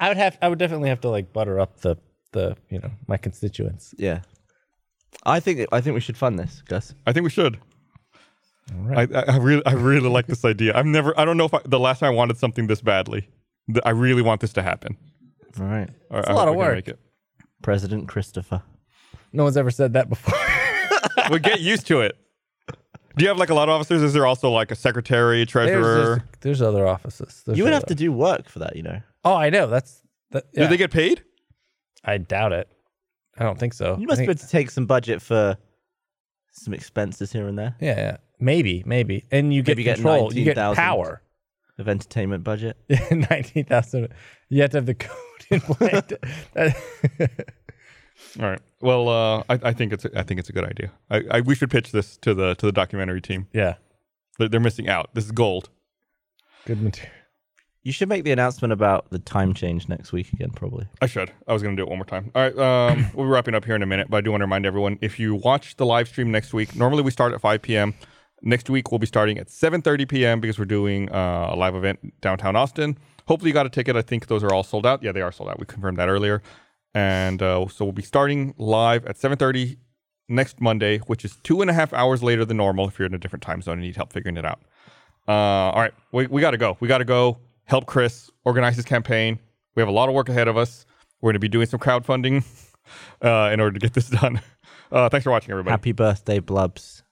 I would have. I would definitely have to like butter up the the you know my constituents. Yeah, I think I think we should fund this, Gus. I think we should. I, I, I really, I really like this idea. I've never, I don't know if I, the last time I wanted something this badly. Th- I really want this to happen. All right. All right, It's a I lot hope of we can work. Make it. President Christopher. No one's ever said that before. Well, get used to it. Do you have like a lot of officers? Is there also like a secretary, there's, treasurer? there's, there's other offices. There's You would other- have to do work for that, you know. Oh, I know. That's. That, yeah. Do they get paid? I doubt it. I don't think so. You I must be think- able to take some budget for some expenses here and there Yeah, yeah. Maybe, maybe. And you get Maybe you get control. you get 19,000. power. of entertainment budget. 19,000. You have to have the code in mind. That- All right. Well, uh, I, I think it's a, I think it's a good idea. I, I we should pitch this to the to the documentary team. yeah. They're, they're missing out. This is gold. Good material. You should make the announcement about the time change next week again, probably. I should. I was going to do it one more time. All right. Um, we'll be wrapping up here in a minute, but I do want to remind everyone if you watch the live stream next week, normally we start at 5 p.m. Next week, we'll be starting at 7.30 p.m. because we're doing uh, a live event downtown Austin. Hopefully, you got a ticket. I think those are all sold out. Yeah, they are sold out. We confirmed that earlier. And uh, so we'll be starting live at 7.30 next Monday, which is two and a half hours later than normal if you're in a different time zone and need help figuring it out. Uh, all right, we, we got to go. We got to go help Chris organize his campaign. We have a lot of work ahead of us. We're going to be doing some crowdfunding uh, in order to get this done. Uh, thanks for watching, everybody. Happy birthday, Blubs.